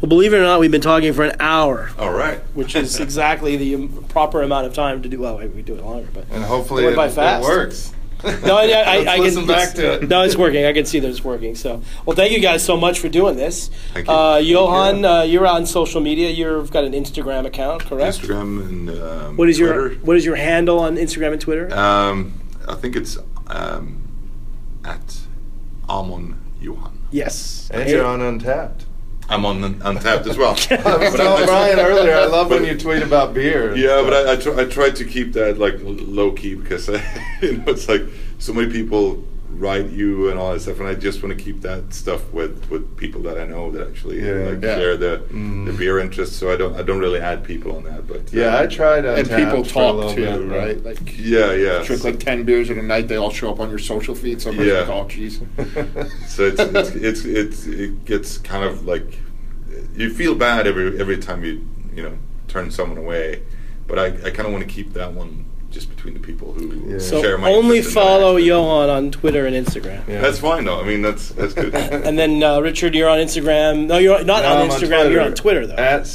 [SPEAKER 1] Well, believe it or not, we've been talking for an hour,
[SPEAKER 4] Oh.
[SPEAKER 3] All right.
[SPEAKER 1] which is exactly the um, proper amount of time to do. Well, we do it longer, but
[SPEAKER 4] And hopefully
[SPEAKER 1] It went
[SPEAKER 4] it,
[SPEAKER 1] by
[SPEAKER 4] it
[SPEAKER 1] fast.
[SPEAKER 4] works.
[SPEAKER 1] no, I, I, I,
[SPEAKER 4] Let's
[SPEAKER 1] I
[SPEAKER 4] listen
[SPEAKER 1] can,
[SPEAKER 4] back to it.
[SPEAKER 1] No, it's working. I can see that it's working. So, well, thank you guys so much for doing this.
[SPEAKER 3] Thank you.
[SPEAKER 1] Uh, Johan,
[SPEAKER 4] Yeah.
[SPEAKER 1] uh, you're on social media. You've got an Instagram account, correct?
[SPEAKER 3] Instagram and um,
[SPEAKER 1] What is your
[SPEAKER 3] Twitter.
[SPEAKER 1] What is your handle on Instagram and Twitter?
[SPEAKER 4] Uh,
[SPEAKER 3] Um, I think it's um, at Amon Johan.
[SPEAKER 1] yes.
[SPEAKER 4] And you're on Untapped.
[SPEAKER 3] I'm on Un- Untapped as well.
[SPEAKER 4] I was
[SPEAKER 3] But I-
[SPEAKER 4] telling Brian earlier, I love when
[SPEAKER 3] but-
[SPEAKER 4] you tweet about beer. and
[SPEAKER 3] Yeah,
[SPEAKER 4] stuff.
[SPEAKER 3] but I, I, tr- I tried to keep that like l- low key because I, you know it's like so many people write you and all that stuff, and I just want to keep that stuff with, with people that I know that actually
[SPEAKER 4] Yeah,
[SPEAKER 3] like
[SPEAKER 4] yeah.
[SPEAKER 3] share the, the
[SPEAKER 4] Mm.
[SPEAKER 3] beer interest. So I don't I don't really add people on that, but uh,
[SPEAKER 4] Yeah, I tried
[SPEAKER 2] and
[SPEAKER 4] Untapped.
[SPEAKER 2] people
[SPEAKER 4] for a
[SPEAKER 2] talk
[SPEAKER 4] little
[SPEAKER 2] too,
[SPEAKER 4] bit, but-
[SPEAKER 2] right? Like
[SPEAKER 3] yeah, yeah.
[SPEAKER 2] drink like ten beers in a night, they all show up on your social feed. Somebody's
[SPEAKER 3] Yeah.
[SPEAKER 2] like, oh, geez.
[SPEAKER 3] so it's it's, it's it's it gets kind of like you feel bad every every time you you know turn someone away, but I, I kind of want to keep that one just between the people who
[SPEAKER 4] Yeah.
[SPEAKER 1] So
[SPEAKER 3] share my
[SPEAKER 1] only
[SPEAKER 3] interest in that
[SPEAKER 1] follow
[SPEAKER 3] aspect.
[SPEAKER 1] Johan on Twitter and Instagram.
[SPEAKER 4] Yeah.
[SPEAKER 3] That's fine though. I mean that's that's good.
[SPEAKER 1] And then uh, Richard, you're on Instagram. No, you're not
[SPEAKER 4] No,
[SPEAKER 1] on
[SPEAKER 4] I'm
[SPEAKER 1] Instagram. you're on Twitter though.
[SPEAKER 4] At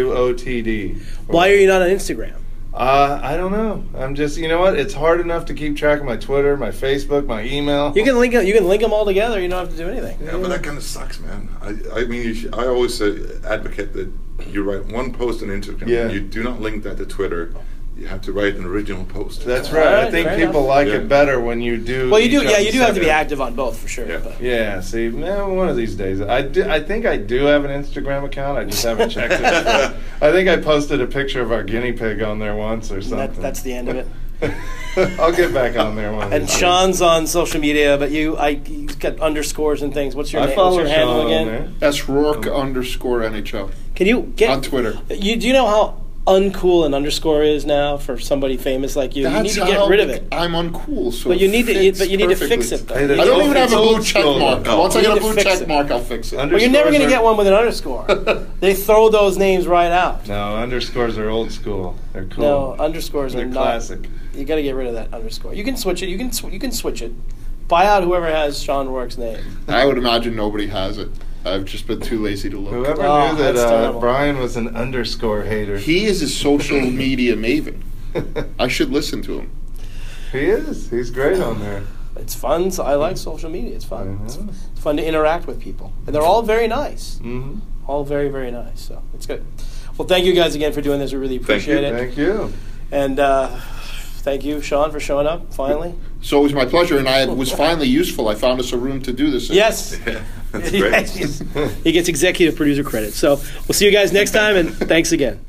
[SPEAKER 4] CWOTD.
[SPEAKER 1] Why are you not on Instagram?
[SPEAKER 4] Uh, I don't know. I'm just, you know what? It's hard enough to keep track of my Twitter, my Facebook, my email.
[SPEAKER 1] You can link you can link them all together. You don't have to do anything.
[SPEAKER 3] yeah, but that kind of sucks, man. I I mean you should, I always uh, advocate that you write one post on Instagram.
[SPEAKER 4] Yeah.
[SPEAKER 3] You do not link that to Twitter. You have to write an original post.
[SPEAKER 4] That's
[SPEAKER 1] All
[SPEAKER 4] right.
[SPEAKER 1] right,
[SPEAKER 4] I think
[SPEAKER 1] fair
[SPEAKER 4] people
[SPEAKER 1] enough.
[SPEAKER 4] like
[SPEAKER 3] Yeah.
[SPEAKER 4] it better when you do.
[SPEAKER 1] Well, you do.
[SPEAKER 4] each
[SPEAKER 1] Yeah,
[SPEAKER 4] other
[SPEAKER 1] you do have to be
[SPEAKER 4] separate.
[SPEAKER 1] active on both for sure.
[SPEAKER 3] Yeah.
[SPEAKER 1] But.
[SPEAKER 4] Yeah, see, man, one of these days. I, do, I think I do have an Instagram account. I just haven't checked it. I think I posted a picture of our guinea pig on there once or something.
[SPEAKER 1] That, that's the end of it.
[SPEAKER 4] I'll get back on there one. of
[SPEAKER 1] And
[SPEAKER 4] these days.
[SPEAKER 1] Sean's on social media, but you, I, you got underscores and things. What's your
[SPEAKER 4] I
[SPEAKER 1] name?
[SPEAKER 4] follow
[SPEAKER 1] What's your handle
[SPEAKER 4] Sean
[SPEAKER 1] again?
[SPEAKER 4] on there.
[SPEAKER 2] S Rourke underscore NHL
[SPEAKER 1] Can you get
[SPEAKER 2] on Twitter.
[SPEAKER 1] You do you know how uncool an underscore is now for somebody famous like you? you need to get
[SPEAKER 2] how
[SPEAKER 1] rid of it.
[SPEAKER 2] I'm uncool. So
[SPEAKER 1] But you
[SPEAKER 2] it
[SPEAKER 1] need to. You,
[SPEAKER 2] fits
[SPEAKER 1] but you need to fix
[SPEAKER 2] perfectly.
[SPEAKER 1] it though.
[SPEAKER 4] Hey,
[SPEAKER 2] I
[SPEAKER 4] there's
[SPEAKER 2] don't
[SPEAKER 4] It's
[SPEAKER 2] even have a
[SPEAKER 4] old
[SPEAKER 2] blue check
[SPEAKER 4] school.
[SPEAKER 2] mark.
[SPEAKER 3] No.
[SPEAKER 2] Once I
[SPEAKER 1] You
[SPEAKER 2] get
[SPEAKER 1] need
[SPEAKER 2] a
[SPEAKER 1] to
[SPEAKER 2] blue
[SPEAKER 1] fix
[SPEAKER 2] check
[SPEAKER 1] it.
[SPEAKER 2] mark, I'll fix it.
[SPEAKER 1] well, you're never going to
[SPEAKER 4] Underscores are-
[SPEAKER 1] get one with an underscore. they throw those names right out.
[SPEAKER 4] No, underscores are old school. They're cool.
[SPEAKER 1] No, underscores
[SPEAKER 4] They're
[SPEAKER 1] are not.
[SPEAKER 4] classic.
[SPEAKER 1] You got to get rid of that underscore. You can switch it. You can sw- you can switch it. Buy out whoever has Sean Rourke's name.
[SPEAKER 2] I would imagine nobody has it. I've just been too lazy to look.
[SPEAKER 4] Whoever
[SPEAKER 1] Oh,
[SPEAKER 4] knew that
[SPEAKER 1] that's
[SPEAKER 4] uh,
[SPEAKER 1] terrible.
[SPEAKER 4] Brian was an underscore hater.
[SPEAKER 2] He is a social media maven.
[SPEAKER 4] he
[SPEAKER 2] I should listen to him.
[SPEAKER 4] is. He's great on there.
[SPEAKER 1] It's fun. So I like social media. It's fun. It's
[SPEAKER 4] Mm-hmm.
[SPEAKER 1] It's fun to interact with people, and they're all very nice.
[SPEAKER 4] Mm.
[SPEAKER 1] All very very nice. So it's good. Well, thank you guys again for doing this. We really
[SPEAKER 3] Thank you.
[SPEAKER 1] appreciate it.
[SPEAKER 4] Thank you.
[SPEAKER 1] And uh, thank you, Sean, for showing up finally.
[SPEAKER 2] It's always my pleasure, and I was finally useful. I found us a room to do this. in.
[SPEAKER 1] Yes.
[SPEAKER 3] that's great.
[SPEAKER 1] he gets executive producer credit. So we'll see you guys next time, and thanks again.